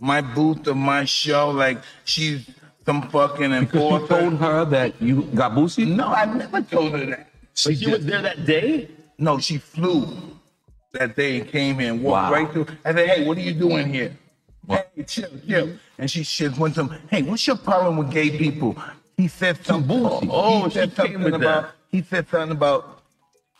my booth of my show like she's some fucking You told enforcer. her that you got Boosie? No, I never told her that. So you was there that day? No, she flew that day and came here and walked Wow. right through. I said, hey, what are you doing here? Hey, chill, chill. And she just went to him, hey, what's your problem with gay people? He said something. Boosie. Oh, he she said came with something about that. he said something about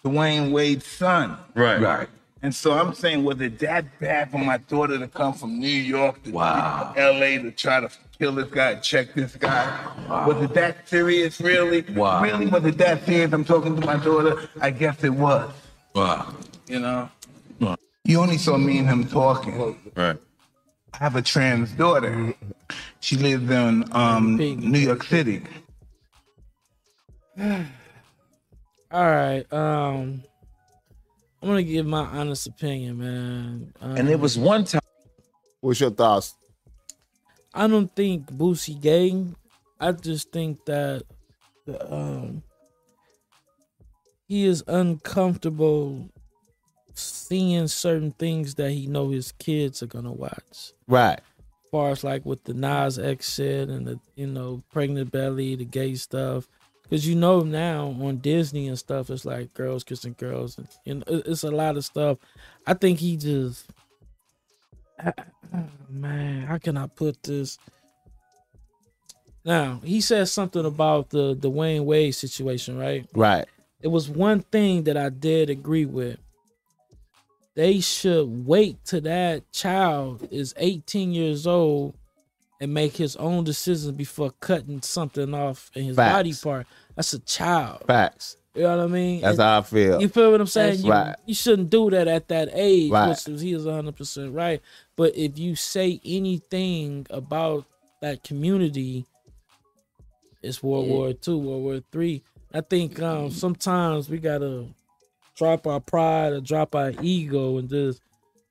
Dwayne Wade's son. Right. Right. And so I'm saying, was it that bad for my daughter to come from New York to Wow. LA to try to kill this guy, check this guy? Was it that serious, really? Wow. Really, was it that serious? I'm talking to my daughter. I guess it was, Wow. you know? You only saw me and him talking. Right. I have a trans daughter. She lives in um, New York City. All right. Um, I'm gonna give my honest opinion, man. Um, And it was one time. What's your thoughts? I don't think Boosie gay. I just think that the, um he is uncomfortable seeing certain things that he know his kids are gonna watch. Right. far as like with the Nas X shit and the you know pregnant belly, the gay stuff, Cause you know now on Disney and stuff, it's like girls kissing girls, and, and it- it's a lot of stuff. I think he just, man, how can I put this? Now he says something about the the Wayne Wade situation, right? Right. It was one thing that I did agree with. They should wait till that child is 18 years old and make his own decisions before cutting something off in his body Facts. part. That's a child. Facts. You know what I mean? That's And how I feel. you feel what I'm saying? You, Right. you shouldn't do that at that age, Right. which is, he is 100% right. But if you say anything about that community, it's World Yeah. War Two, World War Three. I think um, sometimes we gotta drop our pride or drop our ego and just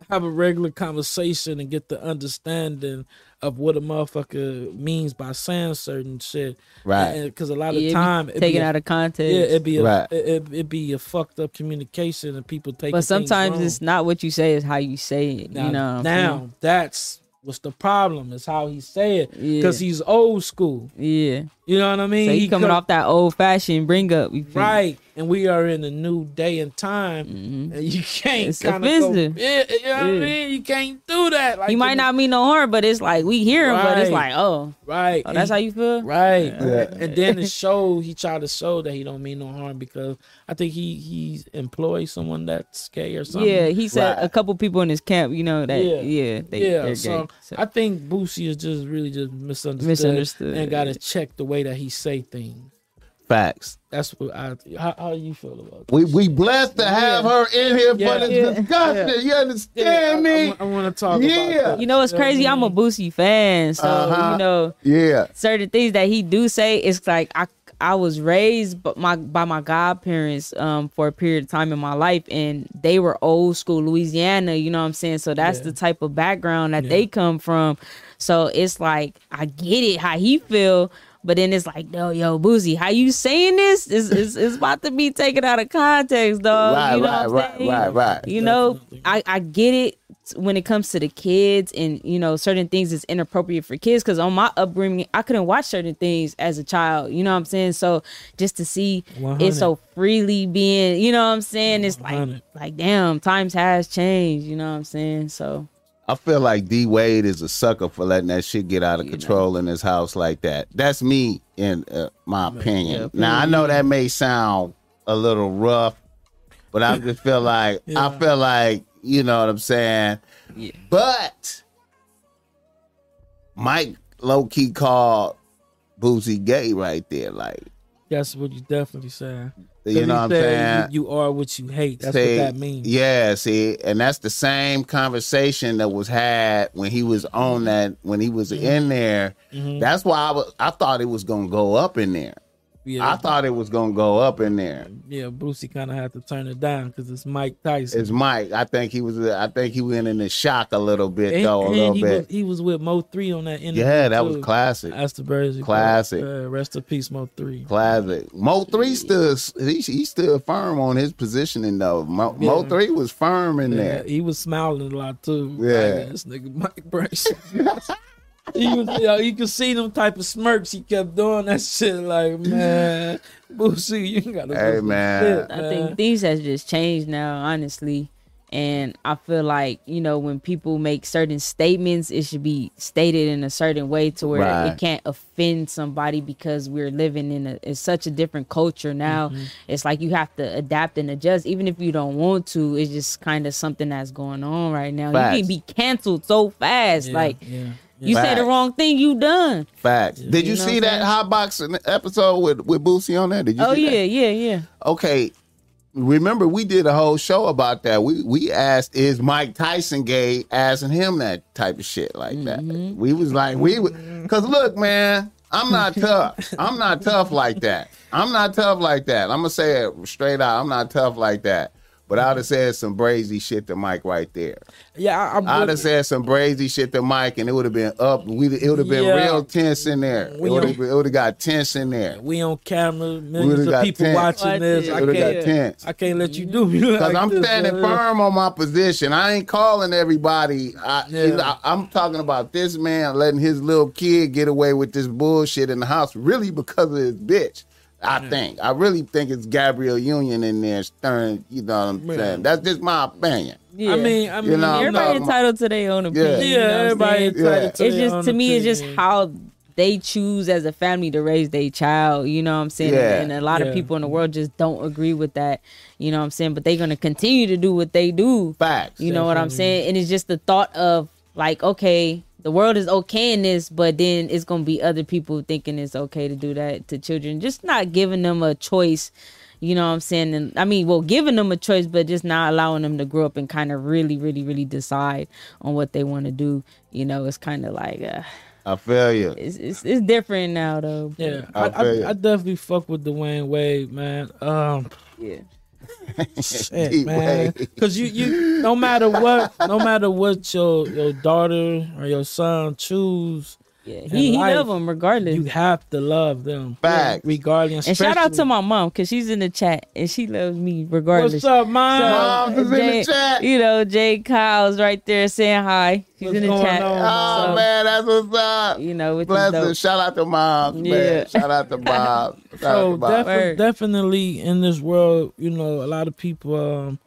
have a regular conversation and get the understanding of what a motherfucker means by saying certain shit. Right. Because a lot of Yeah, it be time it be taken a- out of context. yeah, it'd be a, Right. it, it- it'd be a fucked up communication, and people take. but sometimes it's not what you say; it's how you say it. now, you know. what I'm now that's what's the problem is how he say it Yeah. because he's old school. saying? yeah. You know what I mean? So you He coming come- off that old fashioned bring up, you feel me? right, and we are in a new day and time, and you can't Mm-hmm. It's a kind of go. business. Yeah, you know what I Yeah. mean. You can't do that. Like He might in- not mean no harm, but it's like we hear him, but it's Right. like, oh, Right. oh, that's how you feel. Right. Yeah. And then the show he tried to show that he don't mean no harm because I think he he employs someone that's gay or something. Yeah, he said Right. a couple people in his camp, you know that. Yeah. Yeah, they, yeah, they're so gay. So, I think Boosie is just really just misunderstood, Misunderstood. and got to check the way that he say things. Facts. That's what I. How, how you feel about that? We we blessed to have her in here Yeah. for this Yeah. discussion. You understand me? I, want to talk Yeah. about that. you know, it's You know what I crazy. I'm a mean? Boosie fan, so Uh-huh. you know yeah. certain things that he do say. It's like I I was raised but my by my godparents um for a period of time in my life, and they were old school Louisiana. You know what I'm saying? So that's Yeah. the type of background that they come from. So it's like I get it how he feel. But then it's like, no, yo, Boozy, how you saying this? It's, it's, it's about to be taken out of context, dog. right, Uh, you know right, what I'm right, saying? right, right. you know Definitely. I, I get it when it comes to the kids and you know certain things is inappropriate for kids because on my upbringing i couldn't watch certain things as a child you know what i'm saying so just to see 100. it so freely being you know what i'm saying it's 100. like like damn times has changed you know what i'm saying so I feel like D Wade is a sucker for letting that shit get out of You know. control in his house like that. That's me, in uh, my opinion. yeah, now I know that may sound a little rough, but I just feel like I Yeah. feel like you know what I'm saying. Yeah. But Mike low key called Boozy gay right there, like That's what you definitely saying. you know what I'm saying. You, you are what you hate. That's See, what that means. Yeah, see, and that's the same conversation that was had when he was Mm-hmm. on that when he was in there. Mhm. That's why I was I thought it was gonna go up in there. yeah, Mm-hmm. I thought it was gonna go up in there. yeah. Boosie kind of had to turn it down because it's Mike Tyson. It's Mike. I think he was I think he went in the shock a little bit and, though, a and little he bit. was he was with Mo three on that interview. yeah, that too. was classic. Aston Classic. rest in peace, Mo three. Classic. Mo three stood he, he stood firm on his positioning though. Mo, Mo Yeah. three was firm in Yeah, there. he was smiling a lot too. Yeah. Like, this nigga Mike Bryson. he was, you, know, you could see them type of smirks. He kept doing that shit. Like man, Boosie, you gotta. Hey, do some man. shit, I think things has just changed now, honestly. And I feel like, you know, when people make certain statements, it should be stated in a certain way to where Right. it can't offend somebody because we're living in a it's such a different culture now. Mm-hmm. It's like you have to adapt and adjust, even if you don't want to. It's just kind of something that's going on right now. You Facts. can be canceled so fast. Yeah, like yeah. you say the Facts. wrong thing, you done. Facts. Did you, You know see what I'm that hot boxing episode with with Boosie on that? Did you? oh see that? yeah, yeah, yeah. okay remember we did a whole show about that we we asked is mike tyson gay asking him that type of shit like that Mm-hmm. we was like we because look man i'm not tough i'm not tough like that i'm not tough like that i'm gonna say it straight out i'm not tough like that but i'd have said some brazy shit to mike right there Yeah, I, I'm. i'd with- have said some brazy shit to mike and it would have been up we it would have been Yeah. real tense in there it We would don't- have it would have got tense in there we on camera, Would've millions of got people tense. watching this. it I would have can't, got tense I can't let you do me like Cause I'm this, standing man. firm on my position. I ain't calling everybody. I, Yeah. I, am talking about this man letting his little kid get away with this bullshit in the house, really because of his bitch. I think. I really think it's Gabriel Union in there stirring, you know what I'm saying? That's just my opinion. Yeah. I mean, I mean, know, I'm everybody not- entitled to their own opinion. Yeah, you know what I'm yeah, everybody. saying? entitled Yeah. to It's their just own to me, it's just opinion. how they choose as a family to raise their child. You know what I'm saying? Yeah. And, and a lot Yeah. of people in the world just don't agree with that. You know what I'm saying? But they're gonna continue to do what they do. Facts. You know what I'm saying? And it's just the thought of like, okay, the world is okay in this, but then it's gonna be other people thinking it's okay to do that to children. Just not giving them a choice. You know what I'm saying? And I mean, well, giving them a choice, but just not allowing them to grow up and kind of really, really, really decide on what they want to do. You know, it's kind of like uh, I feel you. it's, it's it's different now though. but Yeah, I I, feel ya. I, I definitely fuck with Dwayne Wade, man. Um, yeah. shit, man, Wade. because you you no matter what, no matter what your your daughter or your son choose, Yeah, he, he life, love them regardless. you have to love them. Facts. regardless. and shout out to especially- my mom because she's in the chat and she loves me regardless. what's up, mom? Moms is in the chat. You know, Jay Kyle's right there saying hi. He's What's in the going chat. on, Oh So, man, that's what's up. You know, with Bless the her. Shout out to moms, Yeah. man. Shout out to Bob. Shout out So to Bob. defi- Word. definitely in this world, you know, a lot of people, um,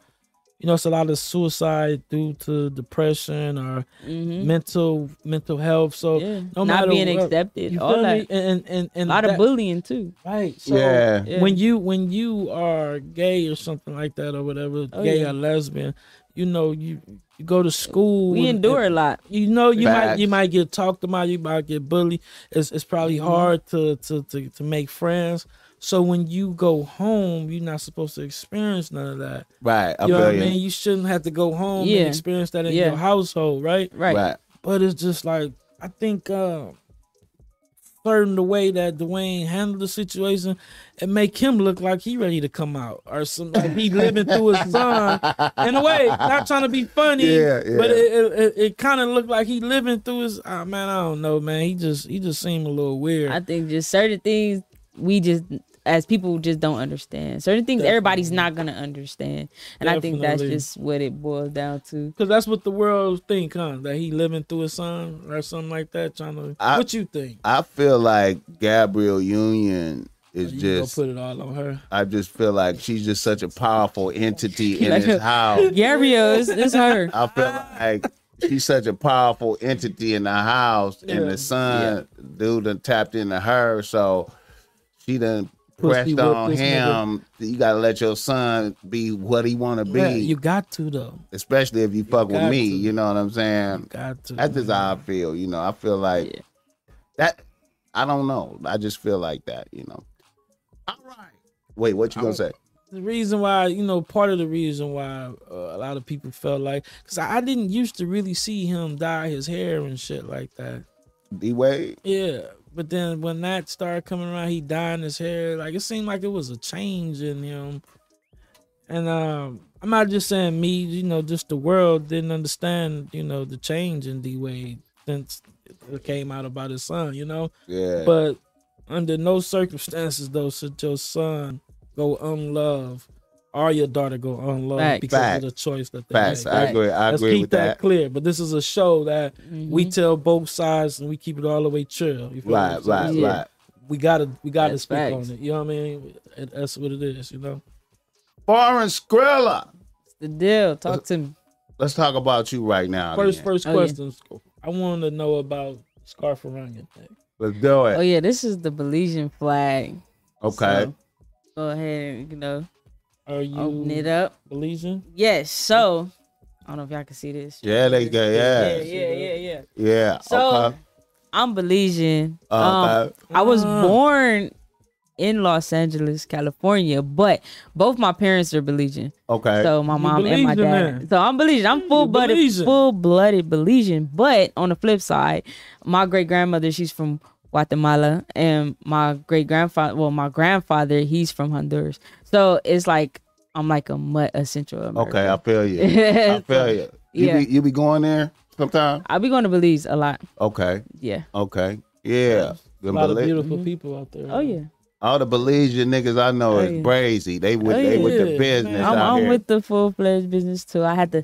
you know, it's a lot of suicide due to depression or mental mental health. So Mm-hmm. Yeah. no Not matter being what, accepted, you all feel that. me? and and a and lot that- of bullying too. Right. So Yeah. Yeah. when you when you are gay or something like that or whatever, Oh, gay yeah. or lesbian, you know, you, you go to school. We and- endure a lot. you know you might you Facts. might get talked about you might get bullied it's, it's probably Mm-hmm. hard to, to to to make friends so when you go home you're not supposed to experience none of that Right. I you know feel what i you. mean you shouldn't have to go home Yeah. and experience that in Yeah. your household right Right. Right. but it's just like i think uh certain the way that Dwayne handled the situation, it make him look like he ready to come out or some like he living through his son. In a way, not trying to be funny, Yeah, yeah. but it it, it, it kind of looked like he living through his. ah man, I don't know, man. He just he just seemed a little weird. I think just certain things we just as people just don't understand. Certain things everybody's not gonna understand. And I think that's Definitely. just what it boils down to. Cause that's what the world think, huh? That he living through his son or something like that. Trying to, I- what you think? I feel like Gabrielle Union is You gonna just put it all on her? I just feel like she's just such a powerful entity in Like this a- house. Gabrielle, it's, it's her. I feel like she's such a powerful entity in the house, and Yeah. the son dude done tapped into her, so she done pressed whipped on this him. You gotta let your son be what he wanna be, Yeah, you got to though. especially if you fuck with got me. to. You know what I'm saying? Got to. That's just how I feel. You know, I feel like that. I don't know. I just feel like that. You know. All right. Oh. Wait, what you gonna say? the reason why you know part of the reason why uh, a lot of people felt like because I, I didn't used to really see him dye his hair and shit like that D Wade. yeah but then when that started coming around he dyeing his hair like it seemed like it was a change in him and um i'm not just saying me you know just the world didn't understand you know the change in d-wade since it came out about his son you know Yeah. but under no circumstances though should your son go unloved or your daughter go unloved Facts. because Facts. of the choice that they Facts. make. I Right. agree. I Let's agree keep with that, that. clear. But this is a show that Mm-hmm. we tell both sides and we keep it all the way chill. You feel Right, me? So right, we- right. We gotta we gotta That's speak facts. on it. You know what I mean? And that's what it is, you know. Foreign Skrilla. It's the deal. Talk to me. Let's talk about you right now. First then. first Oh, yeah. question. I wanna know about Scarfarania thing. Let's do Oh it. yeah, this is the Belizean flag. Okay. So, go ahead and you know Oh, Are you open it up. Belizean? Yes. So I don't know if y'all can see this. yeah, they go. Yeah. yeah, yeah, yeah, yeah. Yeah. So okay. I'm Belizean. Oh, um, okay. I was Ah. born in Los Angeles, California, but both my parents are Belizean. Okay. So my You mom and my Belizean dad. then. So I'm Belizean. I'm full blooded, Belizean. full blooded Belizean. But on the flip side, my great grandmother, she's from Guatemala, and my great grandfather, well, my grandfather, he's from Honduras. So it's like I'm like a mutt, a Central American. okay, I feel you. I feel you. You Yeah. be you be going there sometime? I'll be going to Belize a lot. Okay. Yeah. Okay. Yeah. A Then lot of Belize- beautiful people out there. Mm-hmm. Oh yeah. All the Belizean niggas I know is Hey. brazy. They with they with the Yeah, business man. I'm, out I'm here. with the full fledged business too. I had to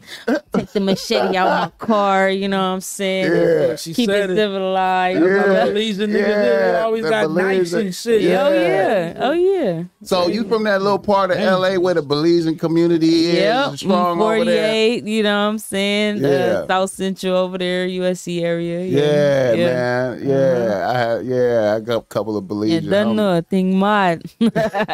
take the machete out my car. You know what I'm saying? Yeah. She Keep said it it. civil alive. Yeah. Yeah. These the niggas yeah. Yeah, always the got knives Belizean- and shit. Yeah. Oh yeah. Oh yeah. So you from that little part of LA where the Belizean community is Yep. E strong over there? 48. You know what I'm saying? Yeah. Uh, South Central over there, USC area. Yeah, man. Yeah, I had. Yeah, I got a couple of Yeah, Belizean. don't homies. know. Think mod.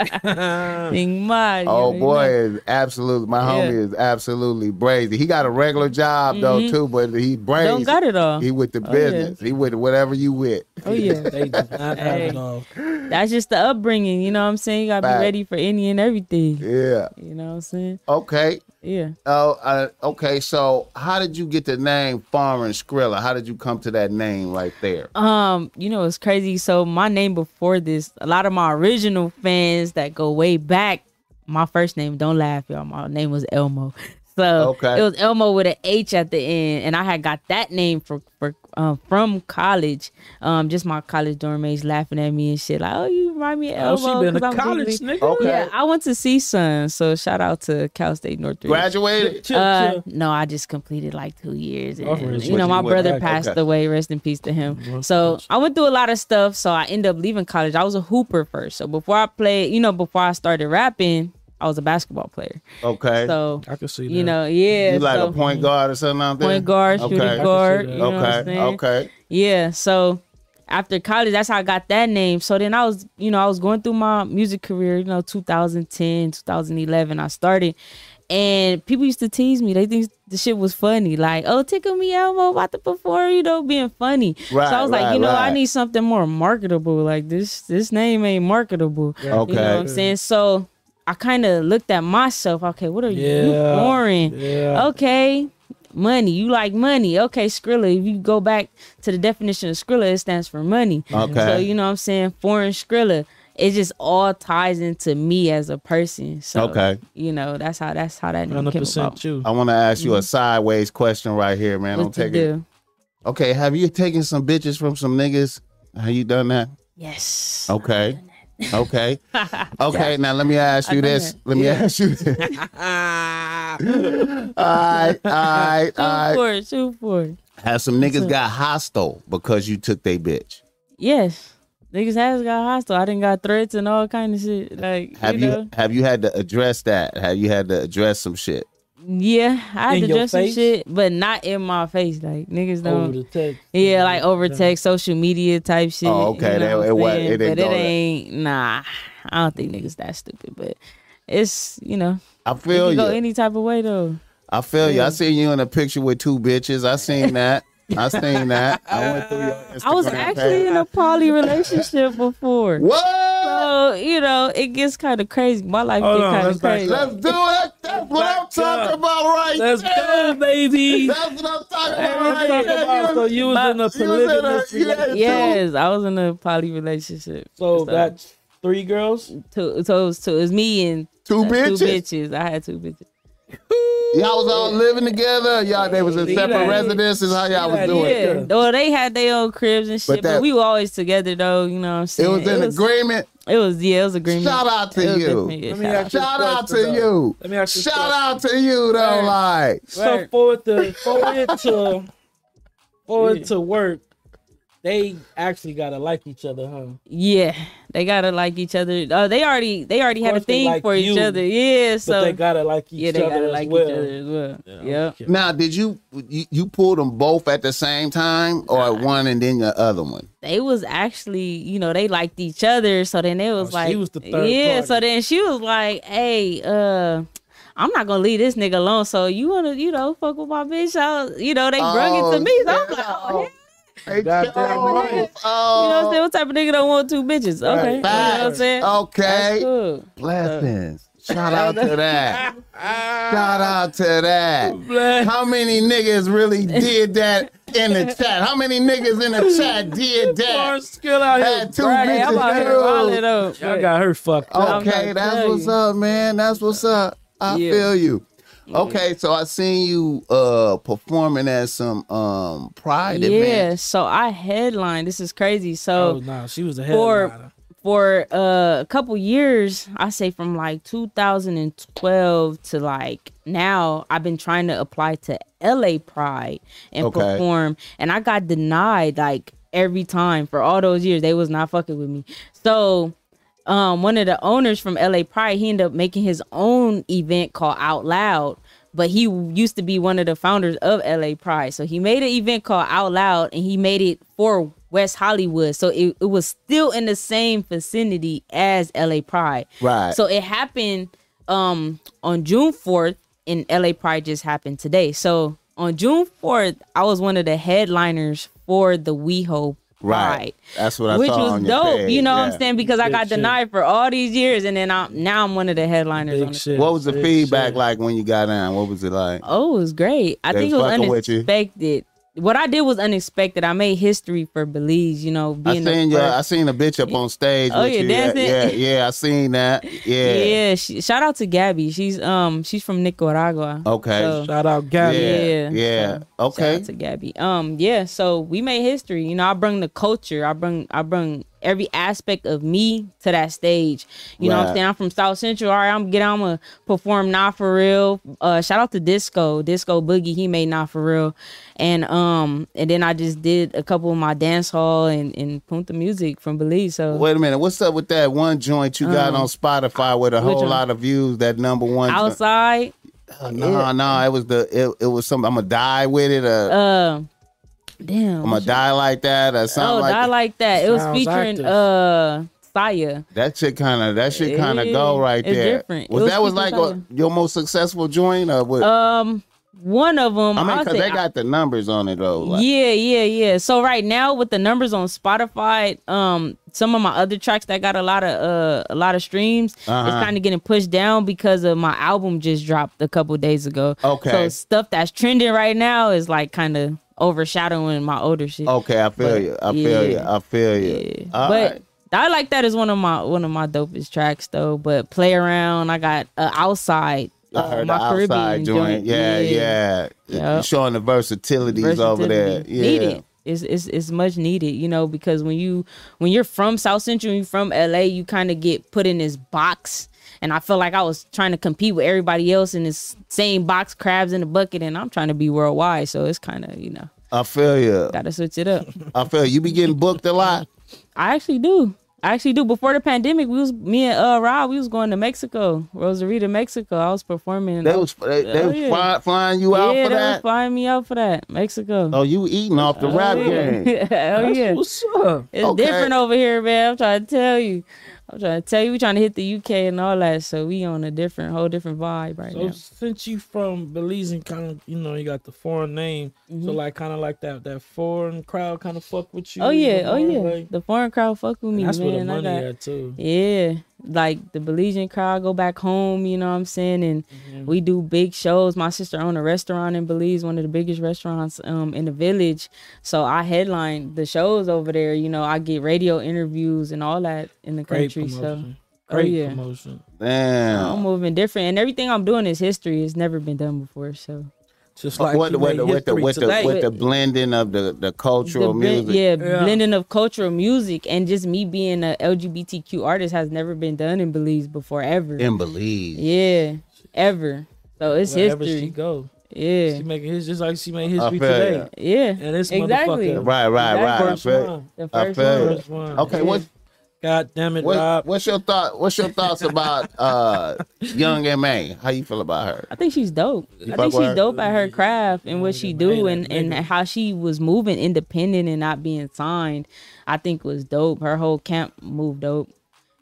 Think mod. Oh you know, boy, is absolutely my Yeah. homie is absolutely brazy. He got a regular job though too, but he brazy. Don't got it all. He with the Oh, yeah. business. He with whatever you with. Oh yeah. They do not have Hey. Uh, it all. That's just the upbringing. You know what I'm saying? You gotta Fact. be ready for any and everything. Yeah. You know what I'm saying? Okay. Yeah. Oh, uh, okay. So, how did you get the name Foreign Skrilla? How did you come to that name right there? Um, you know, it's crazy. So my name before this, a lot of my original fans that go way back, my first name, don't laugh, y'all. My name was Elmo. So Okay. it was Elmo with an H at the end. And I had got that name for for um, from college. Um, just my college dorm mates laughing at me and shit, like, oh, you remind me of Oh, Elmo. she been 'cause to I'm college, giggly." nigga. Okay. Yeah, I went to CSUN, so shout out to Cal State Northridge. Graduated. Chill, Uh, chill. no, I just completed like two years, and Oh, really? you know my Went brother back, passed okay. away. Rest in peace to him. So I went through a lot of stuff. So I ended up leaving college. I was a hooper first. So before I played, you know, before I started rapping, I was a basketball player. Okay. So I can see that. you know, yeah, you like so a point guard or something out there? point guard, Okay. shooting guard. that. You Okay. know what I'm saying? okay. Yeah. So after college, that's how I got that name. So then I was, you know, I was going through my music career, you know, 2010, 2011, I started. And people used to tease me. They think the shit was funny. Like, oh, tickle me elbow about to perform, you know, being funny. Right, so I was right, like, you know, right. I need something more marketable. Like this this name ain't marketable. Okay. You know what I'm saying? So I kind of looked at myself. Okay, what are you? You Yeah. boring Yeah. okay money you like money okay skrilla if you go back to the definition of skrilla it stands for money Okay. so you know what i'm saying foreign skrilla it just all ties into me as a person so Okay. you know that's how that's how that name Hundred came about percent you. I want to ask you a sideways question right here, man. Mm-hmm. What Don't to take it. do? Okay. Have you taken some bitches from some niggas? Have you done that? yes Okay. Okay. Okay. Now let me ask you done this. that. Let me ask you this. all right. All right. shoot All right. for it shoot for it Have some niggas got hostile because you took they bitch. yes niggas has got hostile i didn't got threats and all kind of shit like Have you you, know have you had to address that? Have you had to address some shit? yeah i In had to your dress some face? shit but not in my face like niggas don't Over the text. Yeah, like over text, social media type shit. Mm-hmm. Oh, okay, you know that- what it wa- I'm it saying? didn't but go it there. ain't nah. I don't think niggas that stupid, but it's you know I it feel can you. go any type of way though. I feel you. I seen you in a picture with two bitches. I seen that. I seen that. I went through your Instagram I was actually page. in a poly relationship before, What? so you know it gets kind of crazy. My life Hold on, gets kind let's Let's back of crazy. do it. That's what I'm talking about right Let's there. go, baby. That's what I'm talking about Let's talk right about so there. you was in a You was in a- polygamous. you had two- Yes, I was in a poly relationship. So that's three girls. two, so it was two. It was me and Two uh, bitches. Two bitches. I had two bitches. Y'all was all living together. Y'all, they was in See separate that? residences. How y'all was that? doing? it. Yeah. Well, they had their own cribs and But shit, but, that- we were always together though. You know what I'm It saying? was an agreement. It was yeah, it was agreement. Shout out to It was you. definitely- yeah, Let me shout ask out. you- Shout out to question, though. you. Let me ask you a Shout question. out to you though. Like So Right. for it to for it to for it to work, they actually gotta like each other, huh? Yeah, they gotta like each other. Uh, they already they already had a course they thing like for each you, other. Yeah, But they so gotta like each yeah, they other gotta as like well. each other as well. Yeah. okay. now, did you, you you pull them both at the same time, or at one and then the other one? they was actually, you know, they liked each other. So then it was Oh, she like, was the third yeah. So party. then she was like, hey, uh. I'm not gonna leave this nigga alone. So you wanna, you know, fuck with my bitch? I, you know, they brung it to me. So I'm like, oh, yeah. Hey, Goddamn Charles. right. Oh, You know what I'm saying? What type of nigga don't want two bitches? Okay. You know what I'm Facts. saying? That's Okay. cool. Blessings. Shout out to that. Shout out to that. How many niggas really did that in the chat? How many niggas in the chat did that? skill out Had two Hey, I'm out here wilding bitches. up. I got her fucked up. I'm Okay, trying to that's tell what's you. up, man. That's what's up. I Yeah. feel you. Okay, so I seen you uh performing at some um pride Yeah, event. so I headlined. This is crazy. Oh So no, she was a for headliner. for uh, a couple years, I say from like 2012 to like now, I've been trying to apply to LA Pride and Okay. perform, and I got denied like every time for all those years. They was not fucking with me. So, um, one of the owners from LA Pride, he ended up making his own event called Out Loud. But he used to be one of the founders of LA Pride. So he made an event called Out Loud and he made it for West Hollywood. So it, it was still in the same vicinity as LA Pride. Right. So it happened um on June 4th and LA Pride just happened today. So on June 4th, I was one of the headliners for the WeHo Right. Pride. That's what I Which saw was on your dope. page, You know what yeah. I'm saying? Because I Big got shit. denied for all these years and then I'm now I'm one of the headliners on Big the shit. What was the Big feedback shit. like when you got in? What was it like? Oh, it was great. I They think it was fucking with you. unexpected. What I did was unexpected. I made history for Belize, you know, I being the seen your, first- I seen a bitch up on stage. Oh, with you you. dancing? Yeah, yeah, yeah, I seen that. Yeah. Yeah, she, shout out to Gabby. She's um she's from Nicaragua. Okay. So, Shout out Gabby. Yeah. Yeah. Yeah. Shout Okay. out to Gabby. Um yeah, so we made history. You know, I bring the culture. I bring I bring every aspect of me to that stage. You know what Right. I'm saying? I'm from South Central. All right, I'm get I'm gonna perform not for real. Uh shout out to Disco, Disco Boogie, he made not for real. And um and then I just did a couple of my dance hall and, and Punta Music from Belize. So Wait a minute. What's up with that one joint you got on Spotify with a whole Mm. one? lot of views? That number one. joint? outside, No, no, it was the it, it was something. I'm gonna die with it. Uh, uh damn I'm gonna die like that or something Oh, like not that. like that. It was Sounds featuring active. uh Saya. That shit kind of that shit kind of Yeah, go right it's there. different. Was It was that was people like a, talking. your most successful joint or what? Um, one of them. I mean, I'll because say- they got the numbers on it though. Like, yeah, yeah, yeah. So right now with the numbers on Spotify, um, some of my other tracks that got a lot of uh a lot of streams, Uh-huh. it's kind of getting pushed down because of my album just dropped a couple days ago. Okay. So stuff that's trending right now is like kind of overshadowing my older shit. Okay, I feel you. I feel you. yeah. I feel you. Yeah. Oh, All but right. I like that is one of my one of my dopest tracks though. But play around, I got uh, outside. I uh, heard the my outside Caribbean joint. Yeah, yeah. Yep. You Showing the versatilities over there. Versatility. Yeah. Needed. It's, it's, it's much needed, you know, because when you when you're from South Central, you're from LA, you kind of get put in this box. And I felt like I was trying to compete with everybody else in this same box, crabs in a bucket, and I'm trying to be worldwide. So it's kind of, you know, I feel you. gotta switch it up. I feel you. You be getting booked a lot. I actually do. I actually do. Before the pandemic, we was me and uh Rob, we was going to Mexico, Rosarita, Mexico. I was performing. They was they, they Oh, was yeah. fly, flying you out yeah, for they was that. flying me out for that Mexico. Oh, you eating off the rap game. Hell yeah. What's up? It's Okay. different over here, man. I'm trying to tell you. I'm trying to tell you. We trying to hit the UK and all that, so we on a different, whole different vibe right So now. since you from Belize and kind of you know you got the foreign name, Mm-hmm. so like kind of like that that foreign crowd kind of fuck with you. Oh you yeah, know, oh yeah. like- The foreign crowd fuck with me, that's man. where the I money got- at too. Yeah, like the Belizean crowd go back home, you know what I'm saying? And Mm-hmm. we do big shows. My sister owned a restaurant in Belize, one of the biggest restaurants um in the village. So I headline the shows over there, you know, I get radio interviews and all that in the Great country. So Oh, promotion. Great yeah. promotion. I'm Damn. moving different and everything I'm doing is history. It's never been done before. So Just like Uh, What you with made the with the history with the today. with the blending of the the cultural The blend- music. Yeah, Yeah. blending of cultural music and just me being a LGBTQ artist has never been done in Belize before ever. In Belize. Yeah, ever. So it's wherever she history. go, Yeah, she making his just like she made I history feel today. ya. yeah. And this exactly. motherfucker- Right, right, right. I First feel- one. The I first feel one. ya. First one. Okay, what God damn it, What, Rob. what's your thought? What's your thoughts about uh, Young Ma? How you feel about her? I think she's dope. I fuck with think her? she's dope at her craft and what she do that and, nigga. and how she was moving independent and not being signed. I think was dope. Her whole camp moved dope.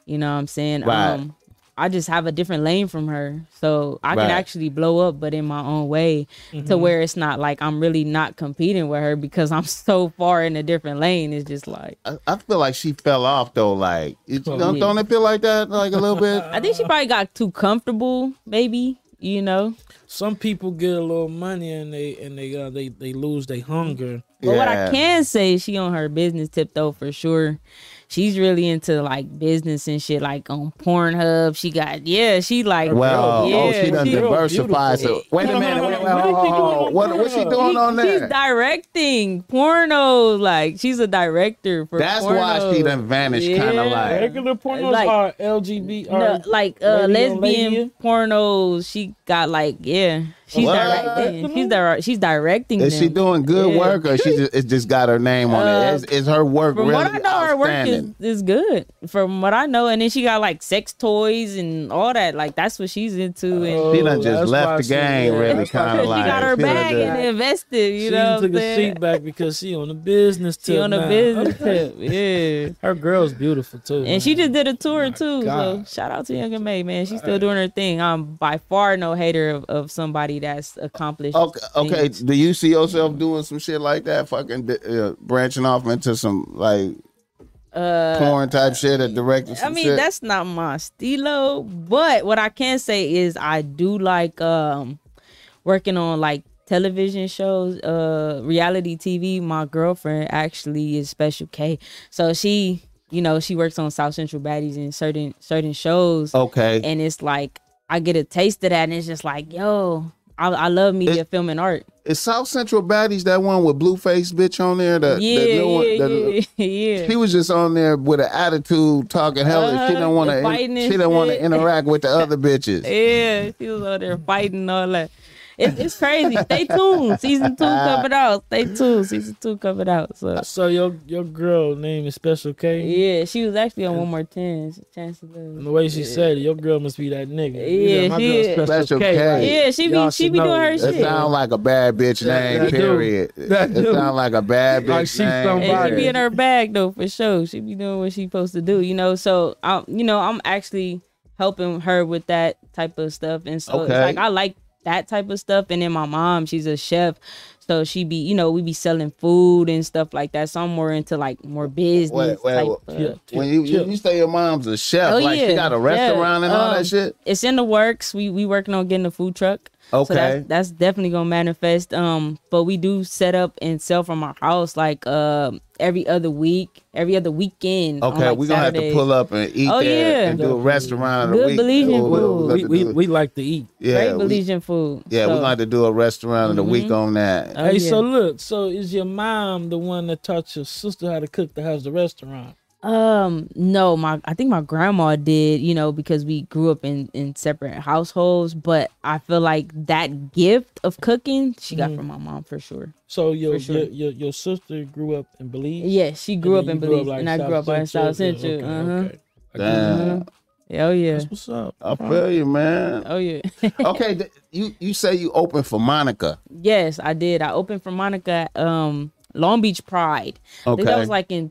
You know what I'm saying? Right. Um I just have a different lane from her. So I Right. can actually blow up but in my own way Mm-hmm. to where it's not like I'm really not competing with her because I'm so far in a different lane. It's just like I, I feel like she fell off though. Like, it, don't, don't it feel like that? Like a little bit. I Uh. think she probably got too comfortable, maybe, you know. Some people get a little money and they and they uh, they they lose their hunger. But what I Yeah. can say, she on her business tip though for sure. she's really into like business and shit, like on Pornhub. She got yeah, she like Well, yeah, oh, she done diversified. So wait a No, no, minute, no, wait, no, wait, hold, hold, what is she doing hold. on What, what's she Pornhub? doing on she's there? directing pornos. Like she's a director for. That's why she pornos. done vanished, kind Yeah. of like. Regular pornos Like- are LGBT. No, Are, like uh, Lady on lesbian Lady? pornos. She got like yeah, she's What? directing. She's di- She's directing. Is she them. doing good Yeah. work, or she just, it's just got her name on Uh, it? Is, is her work From really what I know, her work is, outstanding? is good. From what I know, and then she got like sex toys and all that. Like that's what she's into. And Oh, She done just That's left why the she- game, yeah, really, that's why kind she of like. got her She done bag just- and invested. You she know, what took I'm a saying? seat back because she on the business tip. she on now. Oh a business trip. Yeah. Her girl's beautiful too. man. And she just did a tour too. God. So shout out to Young and May, man. She's still doing her thing. I'm by far no hater of, of somebody that's accomplished. Okay, okay. things. Do you see yourself doing some shit like that? Fucking uh, branching off into some like Uh, porn type shit or directing I some mean, shit? that's not my stilo, but what I can say is I do like um working on like television shows, uh reality TV. My girlfriend actually is Special K. So she, you know, she works on South Central Baddies and certain certain shows. okay. and it's like I get a taste of that, and it's just like, yo, I, I love media, It- film, and art. Is South Central Baddies that one with Blueface bitch on there? The, yeah, the new one, yeah, the- yeah, yeah. She was just on there with an attitude, talking hell. and she Uh-huh, don't want and fighting to. and She don't want to shit. interact with the other bitches. Yeah, she was out there fighting and all that. It's, it's crazy. Stay tuned. Season two coming out. Stay tuned. Season two coming out. So So your your girl name is Special K. yeah, she was actually on one more ten. Chance of Love. And the way she said it, your girl must be that nigga. Yeah, my she girl's is. Special K. Yeah, she be Y'all she should be doing know. her That That shit. sound like a bad bitch name. that do. period. That It do. sound like a bad bitch Like she's name. somebody. And she be period. in her bag though for sure. She be doing what she supposed to do, you know. So I'm, you know, I'm actually helping her with that type of stuff, and so it's Okay. like I like that type of stuff. And then my mom, she's a chef, so she be, you know, we be selling food and stuff like that. So I'm more into like more business Wait, wait, type. wait. of- Yeah, When you, you you say your mom's a chef, Oh, like yeah, she got a yeah, restaurant and all um, that shit. It's in the works. We we working on getting a food truck. So Okay. that's, that's definitely gonna manifest. Um, but we do set up and sell from our house like uh, every other week, every other weekend. on, Okay, Oh, like, we're gonna have to Saturdays. pull up and eat Oh, there yeah. and do a restaurant of the Good week. Belizean We'll- we'll food. have We, to we, do- we like to eat. yeah, Great we- Belizean food. yeah, so, we're gonna have to do a restaurant of the week on that. Oh, hey, yeah. so look, so is your mom the one that taught your sister how to cook the house the restaurant? Um, no, my I think my grandma did, you know, because we grew up in in separate households. But I feel like that gift of cooking she Mm-hmm. got from my mom for sure. So your For sure. your, your your sister grew up in Belize. Yeah, she grew up And in then you Belize, like, and I grew up in South Central. Yeah, uh-huh. okay, okay. Damn. Oh yeah, That's what's up. I feel you, man. oh yeah. Okay, th- you you say you open for Monica. yes, I did. I opened for Monica at um, Long Beach Pride. I think Okay. that was like in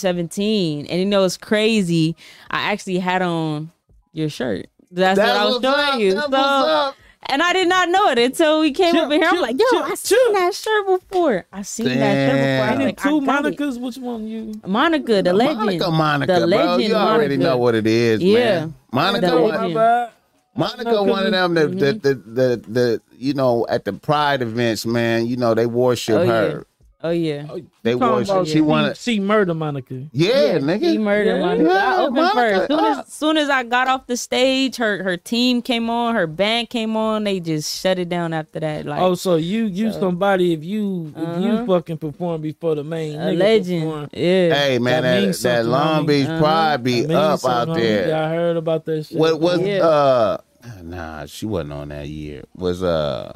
2017. And you know, it's crazy. I actually had on your shirt. That's That what I was what's showing up, you. that So, what's up. and I did not know it until we came Chill, up in here. I'm chill, like, yo, chill, I seen chill. that shirt before. I seen that shirt before. I Damn. was And then like, I two got it. Monica's, which one you? Monica, the legend. Monica, Monica, The bro. legend You already Monica. know what it is, Yeah. man. Monica, The one- legend. Monica, one of them that the, the, the, the, you know, at the Pride events, man, you know, they worship Oh, yeah. her. Oh yeah. They Oh, worship. She wanted, See murder Monica. yeah, He nigga. murdered Yeah. Monica. Yeah, I opened Monica, first. Soon uh. as soon as I got off the stage, her her team came on, her band came on. They just shut it down after that. Like Oh, so you you somebody if you if Uh-huh. you fucking perform before the main a nigga legend. perform. Yeah. Hey, man, That that, means that, something, Long homie. Beach Uh-huh. Pride be That means up out something, homie. there. I heard about that shit. What was Yeah. uh nah, she wasn't on that year. Was uh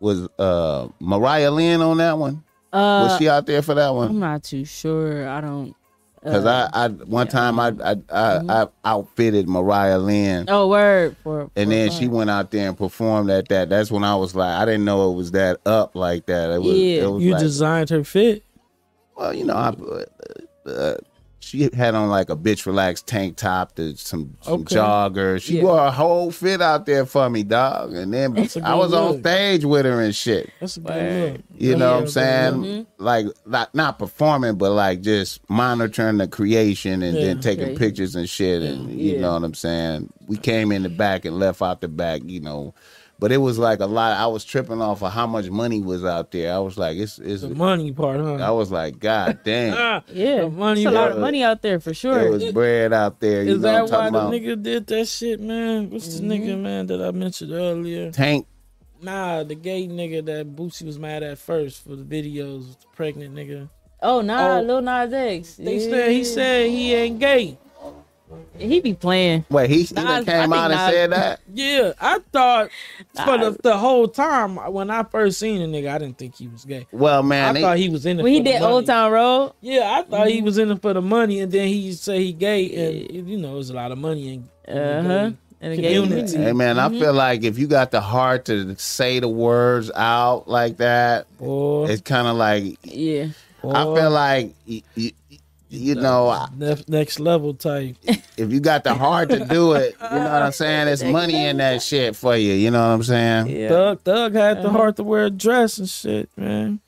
was uh Mariah Lynn on that one? Uh, Was she out there for that I'm one? not too sure. I don't. uh, Because I, I one time I I, Mm-hmm. I I outfitted Mariah Lynn Oh, word for. and then for fun. Uh-huh. she went out there and performed at that. That's when I was like, I didn't know it was that up like that. It was, Yeah. it was You like, designed her fit. well, you know, I, uh, she had on like a bitch relaxed tank top, to some, some Okay. joggers. She Yeah. wore a whole fit out there for me, dog. And then a I good was on look. stage with her and shit. That's a good look. You know what I'm Yeah, Mm-hmm. saying? Like, not not performing, but like just monitoring the creation and then Yeah. taking Creation. pictures and shit. And you Yeah. know what I'm saying? We came in the back and left out the back. You know, But it was like a lot. I was tripping off of how much money was out there. I was like, it's it's. The money part, I huh? was like, God damn, Ah, Yeah, The money it's a lot part. of money out there for there sure. was bread out there. You Is know that what I'm why talking the about? nigga did that shit, man? What's Mm-hmm. the nigga, man, that I mentioned earlier? Tank. Nah, the gay nigga that Boosie was mad at first for the videos, the pregnant nigga. Oh nah, Oh. Lil Nas X. They Yeah. said he said he ain't gay. he be playing. Wait, he, he done Nas- I came think out and Nas- said that. Yeah, I thought for Nah. the, the whole time when I first seen the nigga, I didn't think he was gay. Well, I man, they- thought he was in it. When he for the did money. Old Mm-hmm. Town Road, Yeah, I thought he was in it for the money, and then he said he gay, and you know, there's a lot of money in uh Uh-huh. huh, and the gay Community. Hey man, Mm-hmm. I feel like if you got the heart to say the words out like that, Boy, it's kind of like Yeah, I boy, feel like y- y- you know I- nef- next level type. if you got the heart to do it, you know what I'm saying. There's money in that shit for you. You know what I'm saying. yeah. Thug Thug had Uh-huh. the heart to wear a dress and shit, man.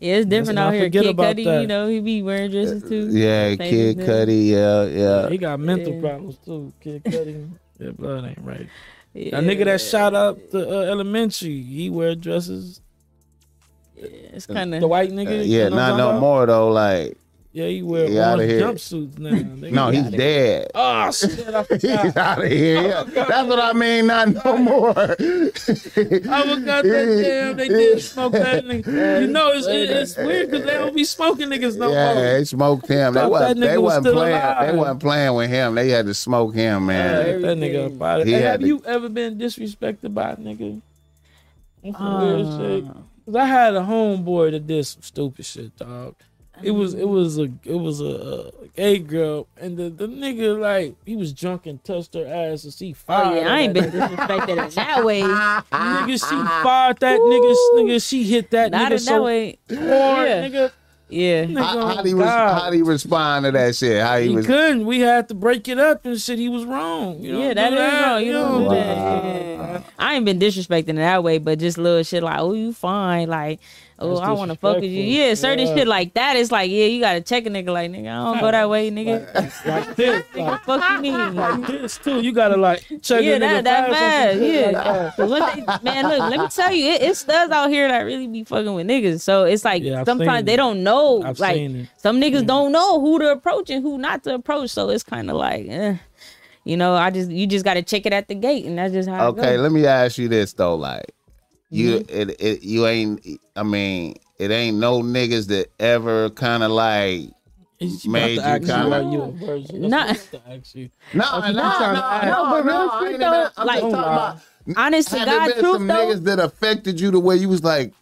Yeah, it's different not out here. forget Kid about Cudi, that. you know, he be wearing dresses too. Yeah, Famous Kid dude. Cudi. Yeah, yeah. He got mental Yeah. problems too. Kid Cudi, that blood ain't right. Yeah. That nigga that shot up the uh, elementary, he wear dresses. It's kind The of white nigga, Uh, you yeah, know what not I'm talking no about? more though. Like, Yeah, he wear He outta orange here. jumpsuits now. nigga. no, he's dead. Oh shit! I forgot. He's out of here. Yeah. That's what I mean. Not no more. I was goddamn. They did smoke that nigga. You know, it's, it, it's weird because they don't be smoking niggas no yeah, more. they smoked him. They Thought wasn't, that nigga they was wasn't still playing. alive. They wasn't playing with him. They had to smoke him, Yeah, man. get that nigga up out of He Hey, had Have to- you ever been disrespected by a nigga? That's some Uh. weird shit. 'Cause I had a homeboy that did some stupid shit, dog. It was Um. it was a it was a, a gay girl, and the, the nigga like he was drunk and touched her ass, and she Oh fired. yeah, I ain't that been disrespected in that way. Not nigga. Nigga, she fired that nigga. Nigga, she hit that nigga ah. in that so way. hard, Yeah. nigga. Yeah. nigga How, oh, how, do he res- God. how do he respond to that shit? How he, He was. couldn't. We had to break it up and shit. He was wrong. You know, Yeah, that do is wrong. You don't do Wow. that. Yeah. I ain't been disrespecting in that way, but just little shit like, oh, you fine, like, oh, That's I want to fuck with you. disrespectful. Yeah, certain Yeah. shit like that. It's like, yeah, you gotta check a nigga, like, nigga, I don't go that way, nigga. Like this, like, fuck you mean? like this too. You gotta like check yeah, a nigga that fast that or bad. some shit like oh. Yeah. that. 'Cause what they- man, look, let me tell you, it, it's studs out here that really be fucking with niggas. So it's like Yeah, I've seen sometimes they it. don't know. I've like seen it. Mm. some niggas don't know who to approach and who not to approach. So it's kind of like, eh, you know, I just you just gotta check it at the gate, and that's just how. it Okay, goes. let me ask you this though, like you, Mm-hmm. it, it, you ain't. I mean, it ain't no niggas that ever kind of like. He's Made you about to ask you kinda- why you a virgin. That's Nah. what he's about to ask you. No, no, you no, trying to ask- no, but no, real I shit ain't even- though, I'm like- Oh, just talking about. Honest to Had God, there been truth some though, niggas that affected you the way you was like,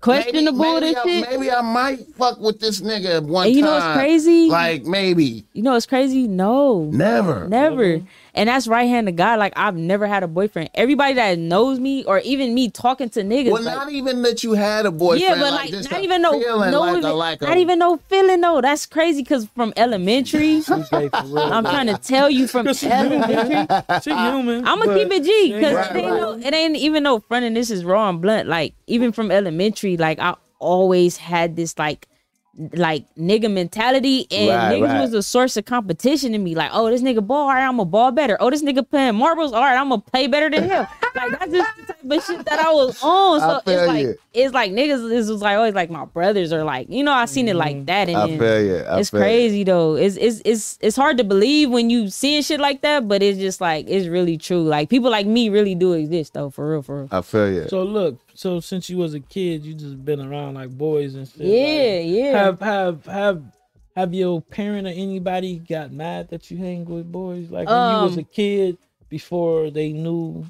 questionable maybe, this I, shit. maybe I might fuck with this nigga at one And you know time. what's crazy? Like maybe You know, it's crazy. No, never. Never. And that's right hand to God. Like I've never had a boyfriend. Everybody that knows me or even me talking to niggas. Well, like- not even that you had a boyfriend. yeah, but like, just not a even no, feeling no like even, a, like a, not even no feeling though. That's crazy because from elementary, I'm trying to tell you from elementary. She human. I'm gonna but keep it G she ain't because Right, it, ain't right. no- it ain't even no front and this is raw and blunt. Like even from elementary, like I always had this like like nigga mentality and Right, niggas right. was a source of competition to me. Like, oh, this nigga ball, all right, I'm a ball better. Oh, this nigga playing marbles, all right, I'm gonna play better than him. like that's just the type of shit that I was on. I So feel it's like you. it's like niggas is was like always like my brothers are like, you know, I seen it like that and Mm-hmm. I then feel you. I it's feel you. crazy though. It's it's it's it's hard to believe when you seeing shit like that, but it's just like it's really true. Like people like me really do exist though, for real, for real. I feel you. So look, so since you was a kid, you just been around like boys and shit. Yeah, like, yeah. Have have have have your parent or anybody got mad that you hang with boys? Like when you was Um, a kid before they knew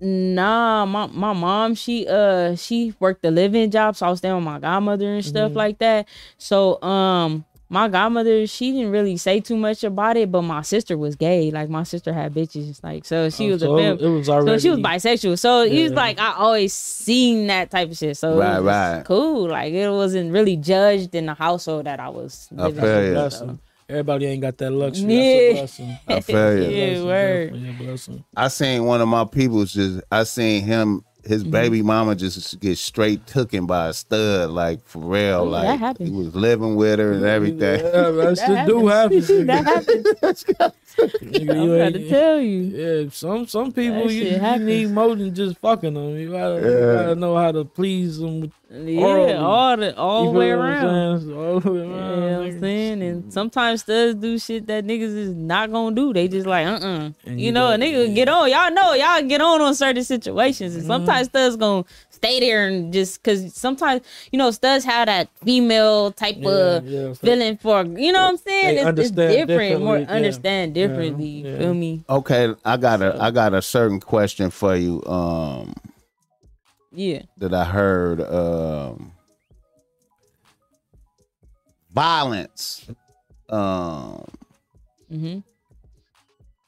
Nah, my my mom, she uh she worked a live-in job, so I was staying with my godmother and stuff Mm-hmm. like that. So um my godmother, she didn't really say too much about it, but my sister was gay. Like my sister had bitches, like so she Oh, was so a it- fem- It was already. So she was bisexual. So it was Yeah. like I always seen that type of shit. So it Right, was right. cool. Like it wasn't really judged in the household that I was I living feel in. you. So. Blessing. Everybody ain't got that luxury. Yeah. That's a blessing. I feel you. Yeah, word. Definitely a blessing. I seen one of my people's just I seen him his Mm-hmm. baby mama just gets straight tooken by a stud, like for real. yeah, like that happens. he was living with her and everything. Yeah, that shit do happen. happens. that happens. Nigga, I'm you trying to ain't- tell you. Yeah, some some people That you, shit you happens. need more than just fucking them. You gotta, you Yeah. gotta know how to please them. with- Yeah, Orally. all the all you the way feel what I'm around. saying? All the way Yeah, around. you know what nigga. I'm saying, and sometimes studs do shit that niggas is not gonna do. They just like, uh, uh And You, you know, a go- nigga get on. Y'all know, y'all get on on certain situations, Mm-hmm. and sometimes studs gonna stay there and just because sometimes you know studs have that female type of Yeah, yeah, so- feeling for. You know what I'm saying? They It's, it's understand different, more differently, yeah. understand differently. You yeah. feel me? Okay, I got a I got a certain question for you. Um, Yeah. that I heard. Um, violence. Um, Mm-hmm.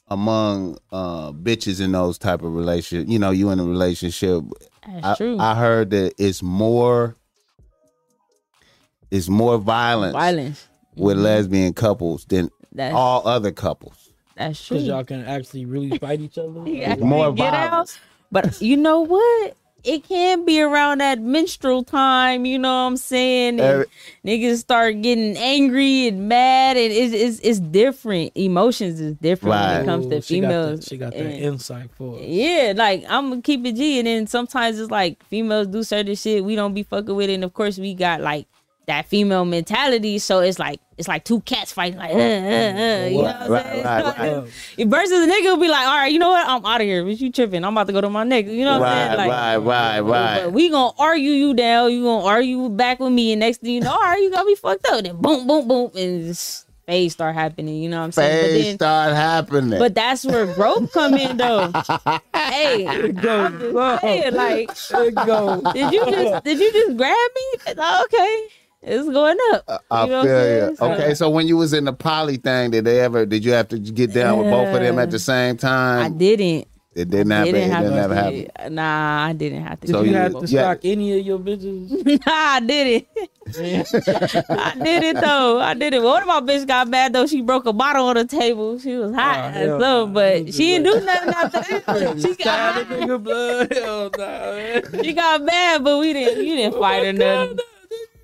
among uh bitches in those type of relationship you know you in a relationship That's I, true. I heard that it's more it's more violence, Violence. with lesbian couples than Mm-hmm. That's all other couples that's true. Cause y'all can actually really fight each other. Yeah, It's more get violence. out. But you know what? It can be around that menstrual time, you know what I'm saying? And Every- niggas start getting angry and mad, and it's, it's, it's different. Emotions is different when Right. it comes to Ooh, she got that- females. She got that, and- insight for us. yeah, like I'm gonna keep it G, and then sometimes it's like females do certain shit we don't be fucking with, and of course we got like that female mentality, so it's like it's like two cats fighting, like uh, uh, uh, you know what I'm Right, saying? right, So right. it's- it versus a nigga will be like, all right, you know what, I'm out of here, bitch, you tripping, I'm about to go to my nigga, you know what I'm right, saying? Like, right right right But we gonna argue you down, you gonna argue back with me, and next thing you know, all right, you gonna be fucked up, then boom, boom, boom, and this phase start happening, you know what I'm saying? But Things then- start happening but that's where growth come in though. hey, I'm just saying, like, did you just did you just grab me? Oh, Okay, it's going up. I You know feel what I'm you. saying? Okay, so when you was in the poly thing, did they ever? Did you have to get down with both of them at the same I time? didn't. It didn't happen. didn't it have didn't to ever do happen. it. Nah, I didn't have to. Did So do you you- have to Oh, yeah. sock any of your bitches? it. nah, I did it. I did it though. I did it. One of my bitch got mad though. She broke a bottle on the table. She was hot Oh, as hell hell, nah. but she didn't do nothing after that. She got Side of nigga blood. Hell nah. She got mad, but we didn't. You didn't fight or nothing.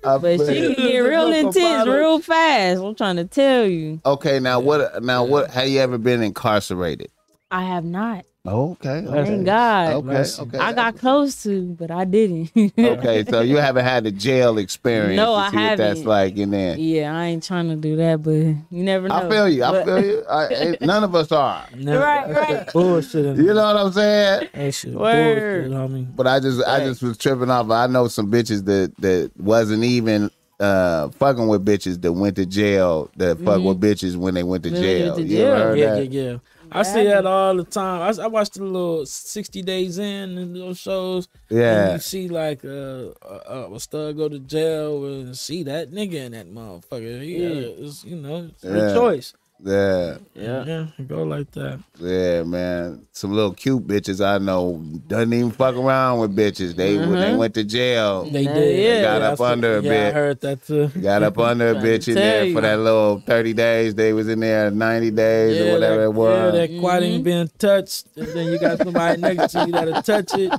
I But feel you. she can get real intense, real fast. I'm trying to tell you. Okay, now what? Now what? Have you ever been incarcerated? I have not. Okay. Thank God. Okay. Bless you. Okay. I got close to, but I didn't. Okay, so you haven't had a jail experience. to No, I see what that's haven't. like in there. yeah, I ain't trying to do that, but you never know. I feel you. I But- feel you. I, ain't- none of us are. Nah, Right, that's right. that Bullshit. in You there. know what I'm saying? That shit Word. bullshit, homie. But I just, I just was tripping off. I know some bitches that that wasn't even uh fucking with bitches that went to jail. That fuck with bitches when they went to Mm-hmm. When they jail. went to You ever jail. heard Yeah, yeah, that? yeah. I see that all the time. I, s- I watch the little sixty days in and those shows. Yeah. and you see like uh, a, a stud go to jail and see that nigga in that motherfucker. Yeah, it's, you know, it's free Yeah. choice. Yeah. Yeah, go like that. Yeah, man. Some little cute bitches I know doesn't even fuck around with bitches. They when Mm-hmm. they went to jail. They Yeah, did. yeah. Got I up see- under a yeah, I bit. heard that too. Got up under a bitch in tell there you. for that little thirty days. They was in there ninety days or whatever that, it was. Yeah, that quad ain't being touched. And then you got somebody next to you that'll touch it.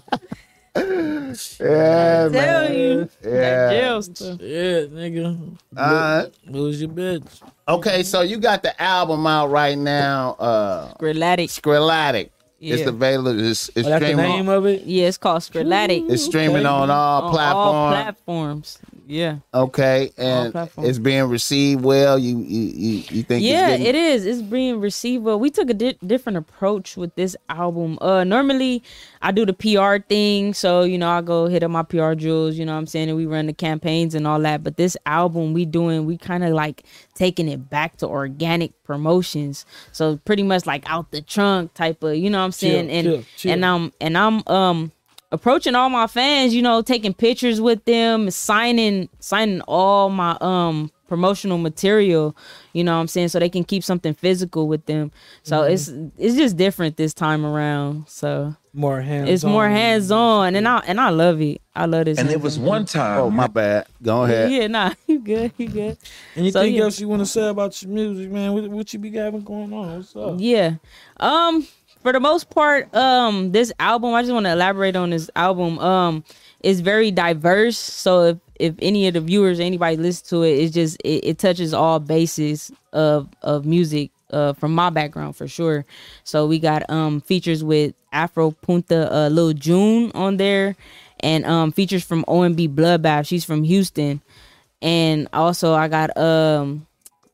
Yeah, man. tell you. That Yeah. jail stuff. Yeah, nigga. Uh, Lose your bitch. okay, so you got the album out right now, uh Scrillatic. Scrillatic. It's Yeah. available it's, it's Oh, that's the streaming name on, of it? yeah, it's called Scrillatic. it's streaming on on all Oh, all platforms. platforms. Yeah. okay, and platforms. it's being received well. You you you, you think yeah it's getting, it is it's being received well we took a di- different approach with this album uh normally i do the pr thing so you know i go hit up my pr jewels you know what i'm saying and we run the campaigns and all that but this album we doing we kind of like taking it back to organic promotions so pretty much like out the trunk type of you know what i'm saying and chill, chill. and i'm and i'm um approaching all my fans, you know, taking pictures with them, signing signing all my um promotional material, you know what I'm saying, so they can keep something physical with them. So Mm-hmm. it's it's just different this time around. So More hands. it's more hands on and I and I love it. I love this. And there hands-on. was one time. Oh my bad. Go ahead. Yeah, nah, you good, you good. Anything So, yeah. else you want to say about your music, man? What, what you be having going on? What's up? Yeah. Um, for the most part, um, this album, I just want to elaborate on this album. Um, it's very diverse. So if if any of the viewers, anybody listen to it, it's just it, it touches all bases of of music. Uh, from my background for sure. So we got um features with Afro Punta, uh, Lil June on there, and um features from OMB Bloodbath. She's from Houston, and also I got um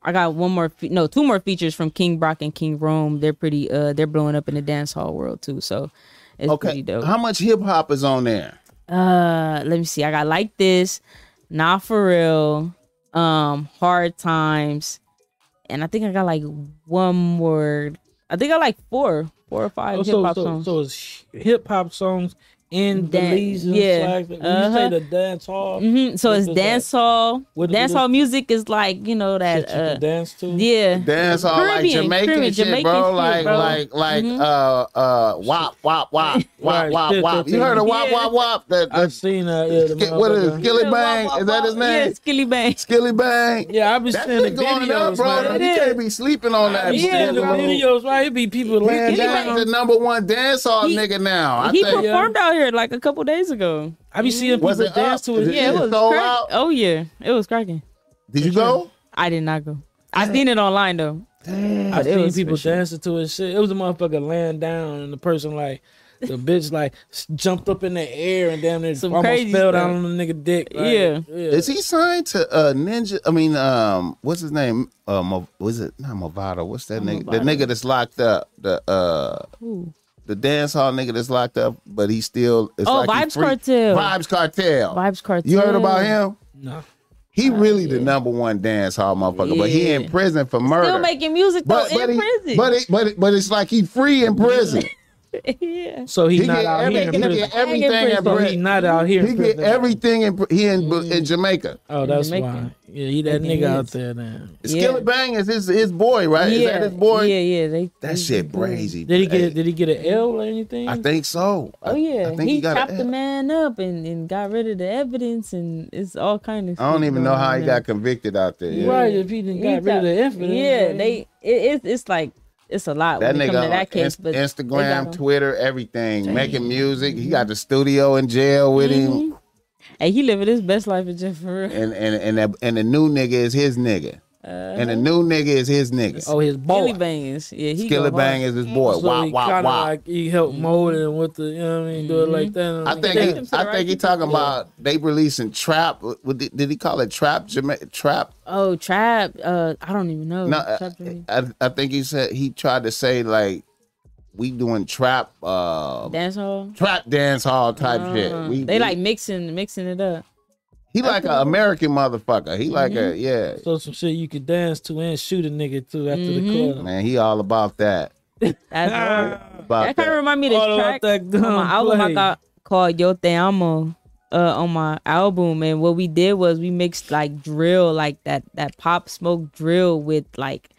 I got one more, fe- no, two more features from King Brock and King Rome. They're pretty, uh, they're blowing up in the dance hall world too. So it's Okay. pretty dope. How much hip hop is on there? Uh, let me see. I got like this, not for real, um, hard times, and I think I got like one more. I think I like four, four or five Oh, hip so, hop so, sonk. so it's hip hop songs in Dan- Belize and yeah. slags. When you Uh-huh. say the dance hall, Mhm. So what it's is that? dance hall. What- Dance what- hall music is like you know that you that. can Uh, dance to. yeah. Dance all like Caribbean, Jamaican Caribbean, shit, Jamaican bro. shit, Like, bro. like, like, uh, uh, wop, wop, wop, wop, Mm-hmm. Right, wop, shit, wop. that You heard of thing. wop, wop, wop? That, I've that, seen that. Yeah, the Sk- what is it? motherfucker. Skilly Yeah, Bang? wah, wah, Is that wah. his name? Yeah, Skilly Bang. Skilly Bang. yeah, I've been That seeing the shit going up, videos, bro. man. You It can't is. be sleeping on I've that. been Yeah, shit, seeing the bro. videos, right? It be people Man, laying he that's down. the number one dancehall He- nigga now. I he think. per- performed out here like a couple days ago. I be seeing Was people it dance up? to it. Is Yeah, it It was sold crack- out? Oh yeah, it was cracking. Did you go? I did not go. I seen it online though. I it seen was people for sure. dancing to it. Shit, it was a motherfucker laying down, and the person like. The bitch like s- jumped up in the air and damn near Some almost crazy fell down stuff. on the nigga dick. like, Yeah. Is he signed to uh Ninja? I mean, um, what's his name? Uh, Mo- was it not Movado? What's that nigga? The nigga that's locked up. The uh, Who? the dance hall nigga that's locked up, but he still. It's Oh, like he Vibes free. Cartel. Vibes Cartel. Vibes Cartel. You heard about him? No. He really the number one dance hall motherfucker, but he in Yeah. prison for murder. Still making music but though but, in he, prison. but it, but it, but it's like he free in prison. yeah. So he, He not get, out every, here he in get prison. everything in So he prison. not out here. in He get prison. everything in pr- he in Bu- in Mm. Jamaica. Oh, that's Jamaican. why. Yeah, he that Making nigga out hits. there then. Yeah. Skillet Bang is his his boy, right? Is that his boy? Yeah, yeah. They, That shit crazy. Did he get Hey, did he get an L or anything? I think so. I- Oh yeah, I think he, he got a eh, chopped the L. man up and, and got rid of the evidence and it's all kind of. I don't shit even know going how on he now. got convicted out there. Yeah. Right, if he didn't got rid of the infant. Yeah, they it, it's it's like it's a lot That when it nigga comes to on that case, Inst- but they got Instagram, him. Mm-hmm. Twitter, everything, making music. He got the studio in jail with him, hey, he living his best life in jail for real. and and and the, and the new nigga is his nigga, and the new nigga is his nigga. Oh, his boy. Billy Bang is yeah, Uh-huh. he go Skillet hard. Bang is his boy. So wop he wop kinda wop. like he helped mold it with the you know what I mean, do it like that. Mm-hmm. I think him he, to the I right think he people. talking about they releasing trap. What did, did he call it trap? Jama- trap? Oh, Trap. Uh, I don't even know. No, Trap I, Jamaican. I, I think he said he tried to say like we doing trap, uh, dance hall. trap dance hall type Uh, shit. We, they we- like mixing mixing it up. he like an American motherfucker. He like a yeah Mm-hmm. so some shit you could dance to and shoot a nigga to after the club. Mm-hmm. man. He all about that. That's hard. About that kind of that. remind me of All this about track that on gun my album play. I got called Yo Te Amo uh, on my album, and what we did was we mixed like drill, like that that pop smoke drill with like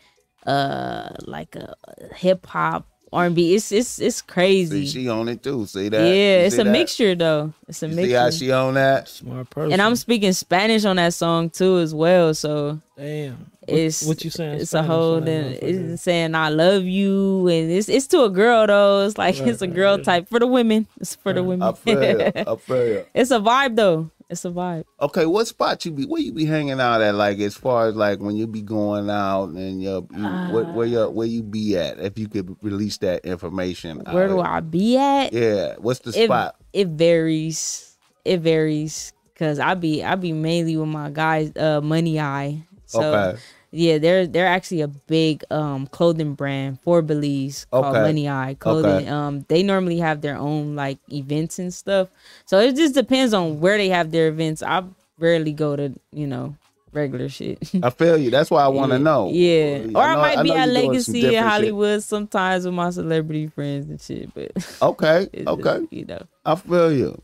uh like a hip hop R and B. It's it's it's See, crazy. she on it too. See that? yeah, You it's see a that? mixture though. It's a You see how mixture. she on that? Smart person. and I'm speaking Spanish on that song too as well. So damn. it's what you saying? in It's Spanish? a whole Like, then motherfucker. it's saying I love you and it's it's to a girl though. It's like Right, it's a right, girl yeah. type for the women. It's for the I women. feel you. I feel you. it's a vibe though. It's a vibe. Okay, what spot you be? Where you be hanging out at? Like as far as like when you be going out and your you, where Uh, where, your, where you be at? If you could release that information. Where out do here. I be at? Yeah, what's the it, spot? it varies. It varies because I be I be mainly with my guys, uh, Money Eye. So Okay. yeah, they're they're actually a big um clothing brand for Belize called Okay. Money Eye Clothing. Okay. Um, they normally have their own like events and stuff. So it just depends on where they have their events. I rarely go to you know regular shit. I feel you. That's why I want to know. Yeah, or I, know- might be know at you doing some Legacy in different shit. Hollywood sometimes with my celebrity friends and shit. But Okay, it's just, okay, you know. I feel you.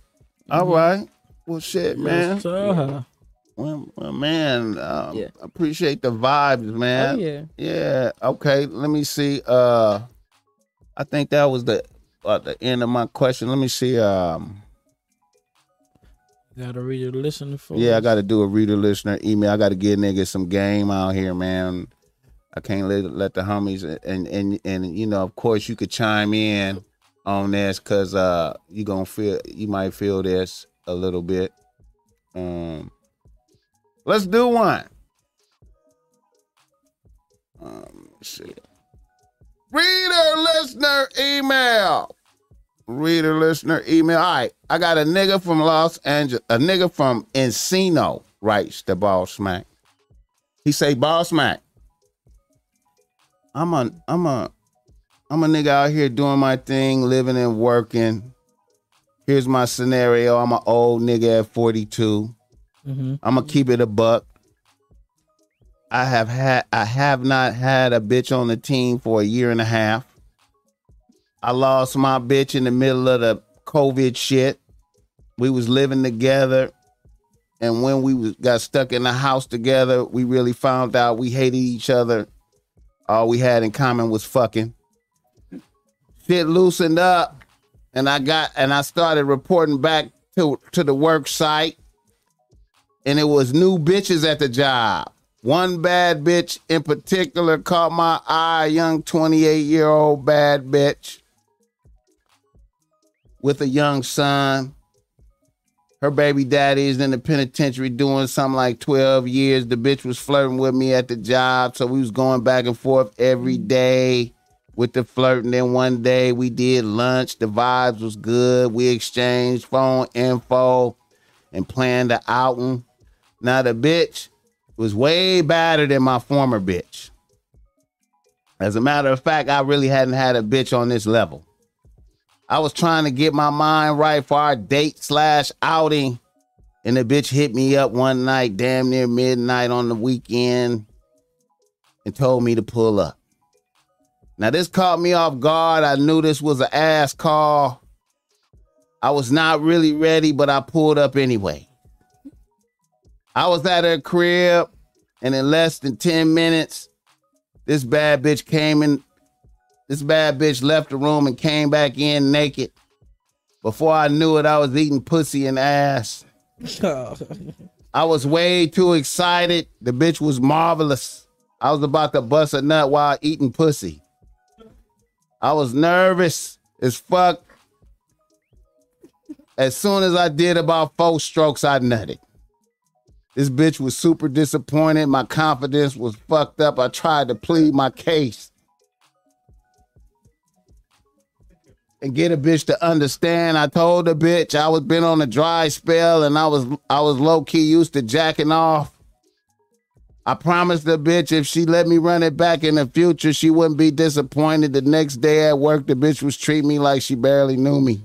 All Mm-hmm. right. Well, shit, man. So, Well, well, man, um, Yeah. appreciate the vibes, man. Oh, yeah. Yeah. Okay. Let me see. Uh, I think that was the uh, the end of my question. Let me see. Um, gotta read it, listen for. yeah, I got to do a reader listener email. I got to give niggas some game out here, man. I can't let let the homies and and and you know, of course, you could chime in on this because uh, you gonna feel you might feel this a little bit. Um, let's do one. Um, let's see. Reader, listener, email. Reader, listener, email. All right, I got a nigga from Los Angeles, a nigga from Encino writes the ball smack. He say, "Ball smack." I'm a I'm a I'm a nigga out here doing my thing, living and working. Here's my scenario. I'm an old nigga at 42. Mhm. I'm gonna keep it a buck. I have had I have not had a bitch on the team for a year and a half. I lost my bitch in the middle of the COVID shit. We was living together. And when we was, got stuck in the house together, we really found out we hated each other all we had in common was fucking. Shit loosened up, and I got and I started reporting back to to the work site, and it was new bitches at the job. One bad bitch in particular caught my eye, a young 28 year old bad bitch with a young son. Her baby daddy is in the penitentiary doing something like 12 years. The bitch was flirting with me at the job. So we was going back and forth every day with the flirting. Then one day we did lunch. The vibes was good. We exchanged phone info and planned the outing. Now the bitch was way badder than my former bitch. As a matter of fact, I really hadn't had a bitch on this level. I was trying to get my mind right for our date slash outing, and the bitch hit me up one night, damn near midnight on the weekend, and told me to pull up. Now this caught me off guard. I knew this was an ass call. I was not really ready, but I pulled up anyway. I was at her crib, and in less than 10 minutes, this bad bitch came in this bad bitch left the room and came back in naked. Before I knew it, I was eating pussy and ass. I was way too excited. The bitch was marvelous. I was about to bust a nut while eating pussy. I was nervous as fuck. As soon as I did about four strokes, I nutted. This bitch was super disappointed. My confidence was fucked up. I tried to plead my case. and get a bitch to understand. I told the bitch I was been on a dry spell and I was I was low key used to jacking off. I promised the bitch if she let me run it back in the future, she wouldn't be disappointed. The next day at work, the bitch was treating me like she barely knew me.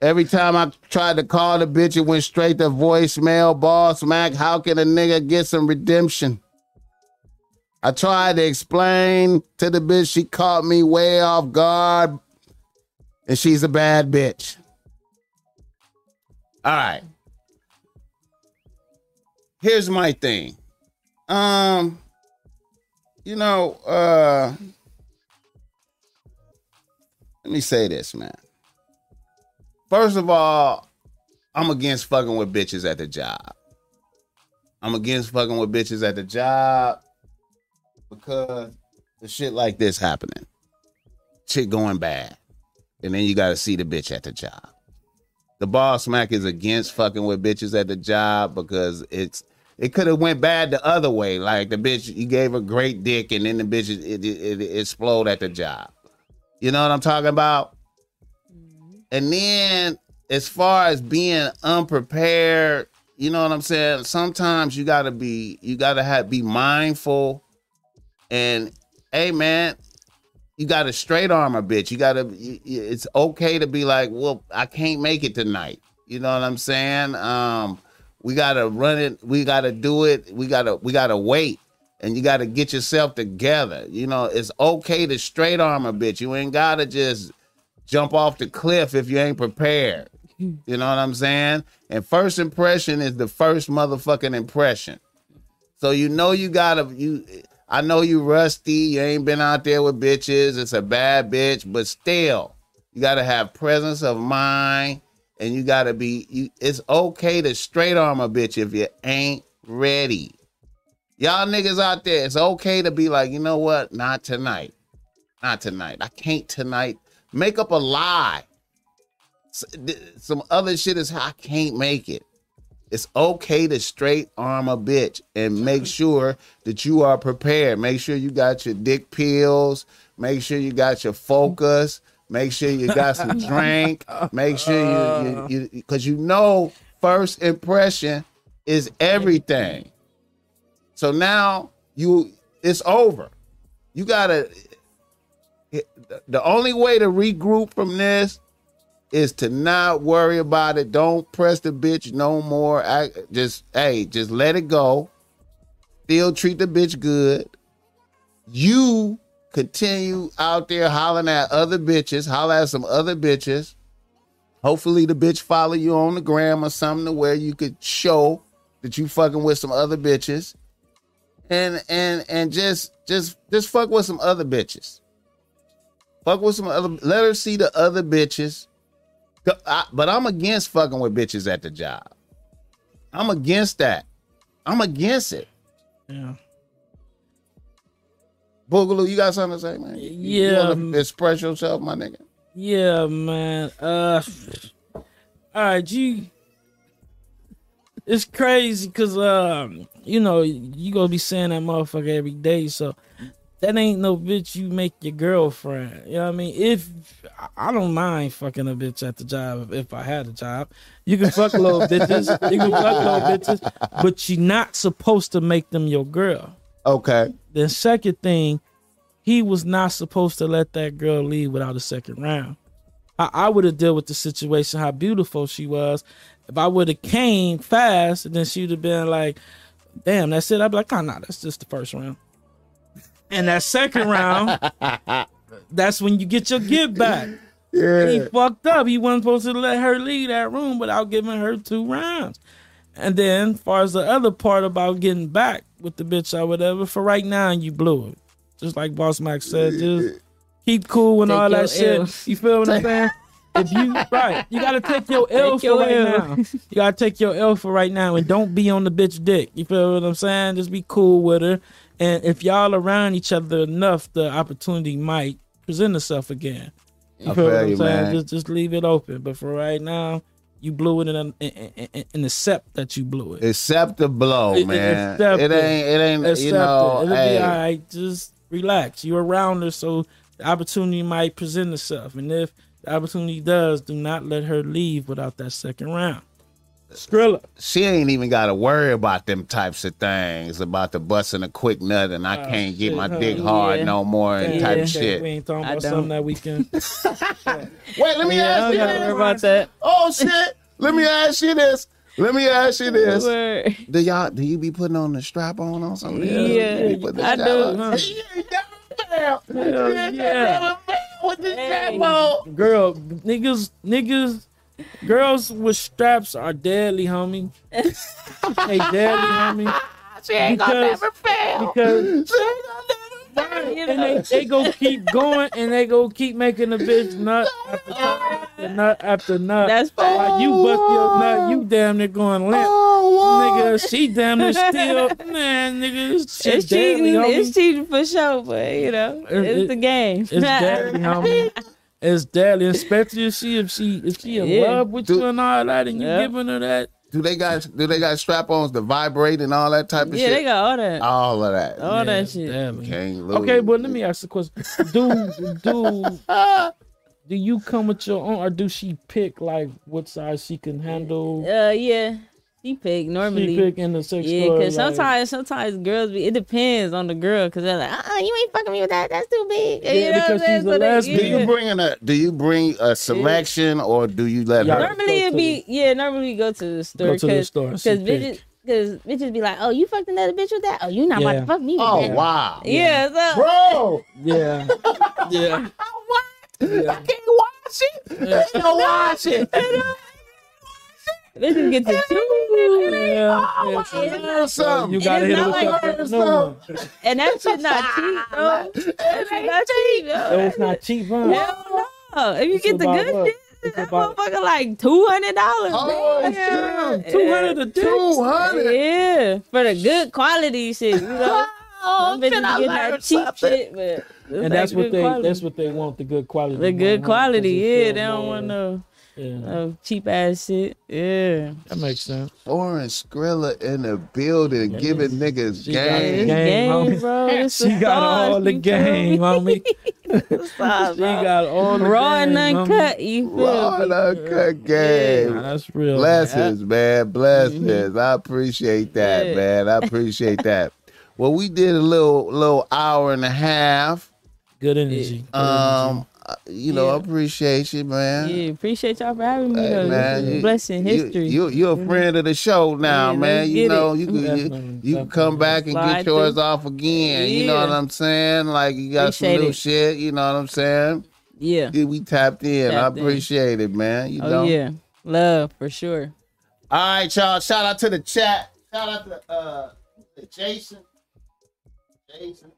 Every time I tried to call the bitch, it went straight to voicemail. Boss Mac, how can a nigga get some redemption? I tried to explain to the bitch she caught me way off guard and she's a bad bitch. All right. Here's my thing. Um you know, uh let me say this, man. First of all, I'm against fucking with bitches at the job. I'm against fucking with bitches at the job because the shit like this happening, shit going bad, and then you got to see the bitch at the job. The boss smack is against fucking with bitches at the job because it's it could have went bad the other way. Like the bitch, you gave a great dick, and then the bitch it it, it, it explode at the job. You know what I'm talking about? And then as far as being unprepared, you know what I'm saying? Sometimes you gotta be you gotta have be mindful and hey, man, you got to straight arm a bitch. You got to. It's okay to be like, well, I can't make it tonight. You know what I'm saying? Um, we gotta run it. We gotta do it. We gotta. We gotta wait. And you gotta get yourself together. You know, it's okay to straight arm a bitch. You ain't gotta just jump off the cliff if you ain't prepared. You know what I'm saying? And first impression is the first motherfucking impression. So you know you gotta you. I know you rusty. You ain't been out there with bitches. It's a bad bitch, but still, you gotta have presence of mind, and you gotta be. You, it's okay to straight arm a bitch if you ain't ready. Y'all niggas out there, it's okay to be like, you know what? Not tonight. Not tonight. I can't tonight. Make up a lie. S- th- Some other shit is I can't make it. It's okay to straight arm a bitch and make sure that you are prepared. Make sure you got your dick pills. Make sure you got your focus. Make sure you got some drink. Make sure you, you, you cause you know first impression is everything. So now you it's over. You gotta the only way to regroup from this is to not worry about it. Don't press the bitch no more. I just hey, just let it go. Still treat the bitch good. You continue out there hollering at other bitches, holler at some other bitches. Hopefully the bitch follow you on the gram or something to where you could show that you fucking with some other bitches. And and and just just just fuck with some other bitches. Fuck with some other let her see the other bitches. I- but I'm against fucking with bitches at the job. I'm against that. I'm against it. Yeah. Boogaloo, you got something to say, man? You- you Yeah, wanna um, express yourself, my nigga. Yeah, man. Uh, all right, you. It's crazy because um, you know, you gonna be saying that motherfucker every day, so that ain't no bitch you make your girlfriend. You know what I mean? If I- I don't mind fucking a bitch at the job if I had a job, you can fuck little bitches, you can fuck little bitches, but you're not supposed to make them your girl. Okay. The second thing, he was not supposed to let that girl leave without a second round. I, I would have dealt with the situation, how beautiful she was. If I would have came fast, then she would have been like, damn, that's it. I'd be like, oh, no, that's just the first round. And that second round, that's when you get your get back. He fucked up. He wasn't supposed to let her leave that room without giving her two rounds. And then, far as the other part about getting back with the bitch or whatever, for right now, you blew it. Just like Boss Max said, just keep cool and Take all your that shit. Ls. You feel what I'm saying? If you right, you gotta take your L Take for your right L. now. You gotta take your L for right now, and don't be on the bitch dick. You feel what I'm saying? Just be cool with her, and if y'all around each other enough, the opportunity might present itself again. You I feel what feel I'm you, saying? man. Just just leave it open. But for right now, you blew it, and and- and and accept that you blew it. Accept the blow, It- man. accept It it. ain't it ain't accept you know, it. It'll hey, be all right. Just relax. You're around her, so the opportunity might present itself. And if the opportunity does, do not let her leave without that second round. Skrilla. she ain't even gotta worry about them types of things, about the busting a quick nut and I Oh, can't shit, get my huh? dick hard Yeah. no more and type Yeah. of We shit. ain't talking I about don't. something that we can. Wait, let me Yeah, I ask don't you gotta worry this. about that. Oh shit. Let me ask you this. Let me ask you this. Word. Do y'all do you be putting on the strap on on something? Yeah, You put the I strap do, on? huh? You ain't never fail. You Hell ain't yeah. never fail with the Hey. strap on. Girl, niggas, niggas, girls with straps are deadly, homie. they deadly, homie. She ain't gonna Because- never fail. Because She ain't gonna never fail. You and they, know. they go keep going and they go keep making the bitch nut after nut after nut after nut. That's fine. While you bust Oh, your nut, you damn near going limp. Oh, Lord. Nigga, she damn near still man, nigga. She It's cheating. deadly, homie. It's cheating for sure, but you know, It- it's it- the game. It's deadly, homie. It's deadly, especially if she if she if she in Yeah. love with Dude. you and all that, and you Yep. giving her that. Do they got do they got strap ons to vibrate and all that type of yeah, shit? they got all that. all of that. all Yeah, that it's shit. deadly. Can't lose. Okay, but let me ask the question: Do do do you come with your own, or do she pick like what size she can handle? Uh, yeah, she pick She normally. pick in the sex Yeah, store, because like- sometimes, sometimes girls be. It depends on the girl, because they're like, uh, uh you ain't fucking me with that. That's too big. Yeah, you know because what I'm Do she's a saying? So they- lesbian. you bring in a do you bring a selection or do you let Yeah. her? Normally Go it to be yeah. Normally go to the store. to the cause, store and 'cause see bitches, pic. because bitches be like, oh, you fucked another bitch with that. Oh, you not about Yeah. to fuck me. With Oh that. wow. Yeah, so Bro, Yeah, yeah. I can't watch it. They don't watch it. bitches get to two, yeah. yeah. Learn So something. you gotta it's hit her not like with girls, that new though. one. and that shit not cheap, bro. That shit not cheap, No, yo. it's not cheap, huh? Hell no. If you It's get the about good what? shit, That motherfucker like two hundred dollars. Oh, shit. Two hundred a dick. 200. Yeah, for the good quality shit. You know, Oh, Them bitches can I be getting learn that cheap something? shit, but it's like And that's what good they quality. that's what they want the good quality. the one, good huh? 'Cause it's quality. Yeah, they still don't more- want no Yeah, no cheap ass shit. Yeah, that makes sense. Orange Skrilla in the building giving niggas She got it. game. It's Game, game, homie. bro. It's She got stars, all the you feel me? game, homie. Stars, She bro. got all the raw and game, homie. uncut. You feel? Raw me? and uncut Nah, game. that's real. Blessings, man. Blessings. I appreciate that, Mm-hmm. Yeah. man. I appreciate that. Well, we did a little little hour and a half. Good energy. Um, uh, you know, I Yeah. appreciate you, man. Yeah, appreciate y'all for having me. Hey, though. man, This is you- a blessing history. You, you, are a friend of the show now, Yeah, man. let's You get know, it. you can, you, Definitely, you can come definitely. back and get Slide yours through. off again. You know Yeah. what I'm saying? Like, you got some Appreciate new it. shit. You know what I'm saying? yeah. Yeah, we tapped in. Tapped I in. appreciate it, man. You Oh know? yeah, love for sure. All right, y'all. Shout out to the chat. Shout out to uh to Jason. Jason.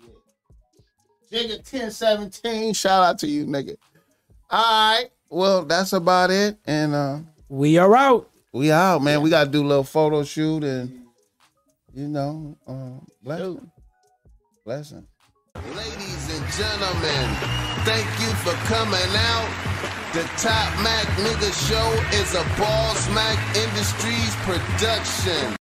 And, uh, yeah. Jigga 1017. Shout out to you, nigga. All right. Well, that's about it. And uh We are out. we out, man. We gotta do a little photo shoot and you know, um blessing. Blessing. Ladies and gentlemen, thank you for coming out. The Top Mac Nigga Show is a Ball Smack Industries production.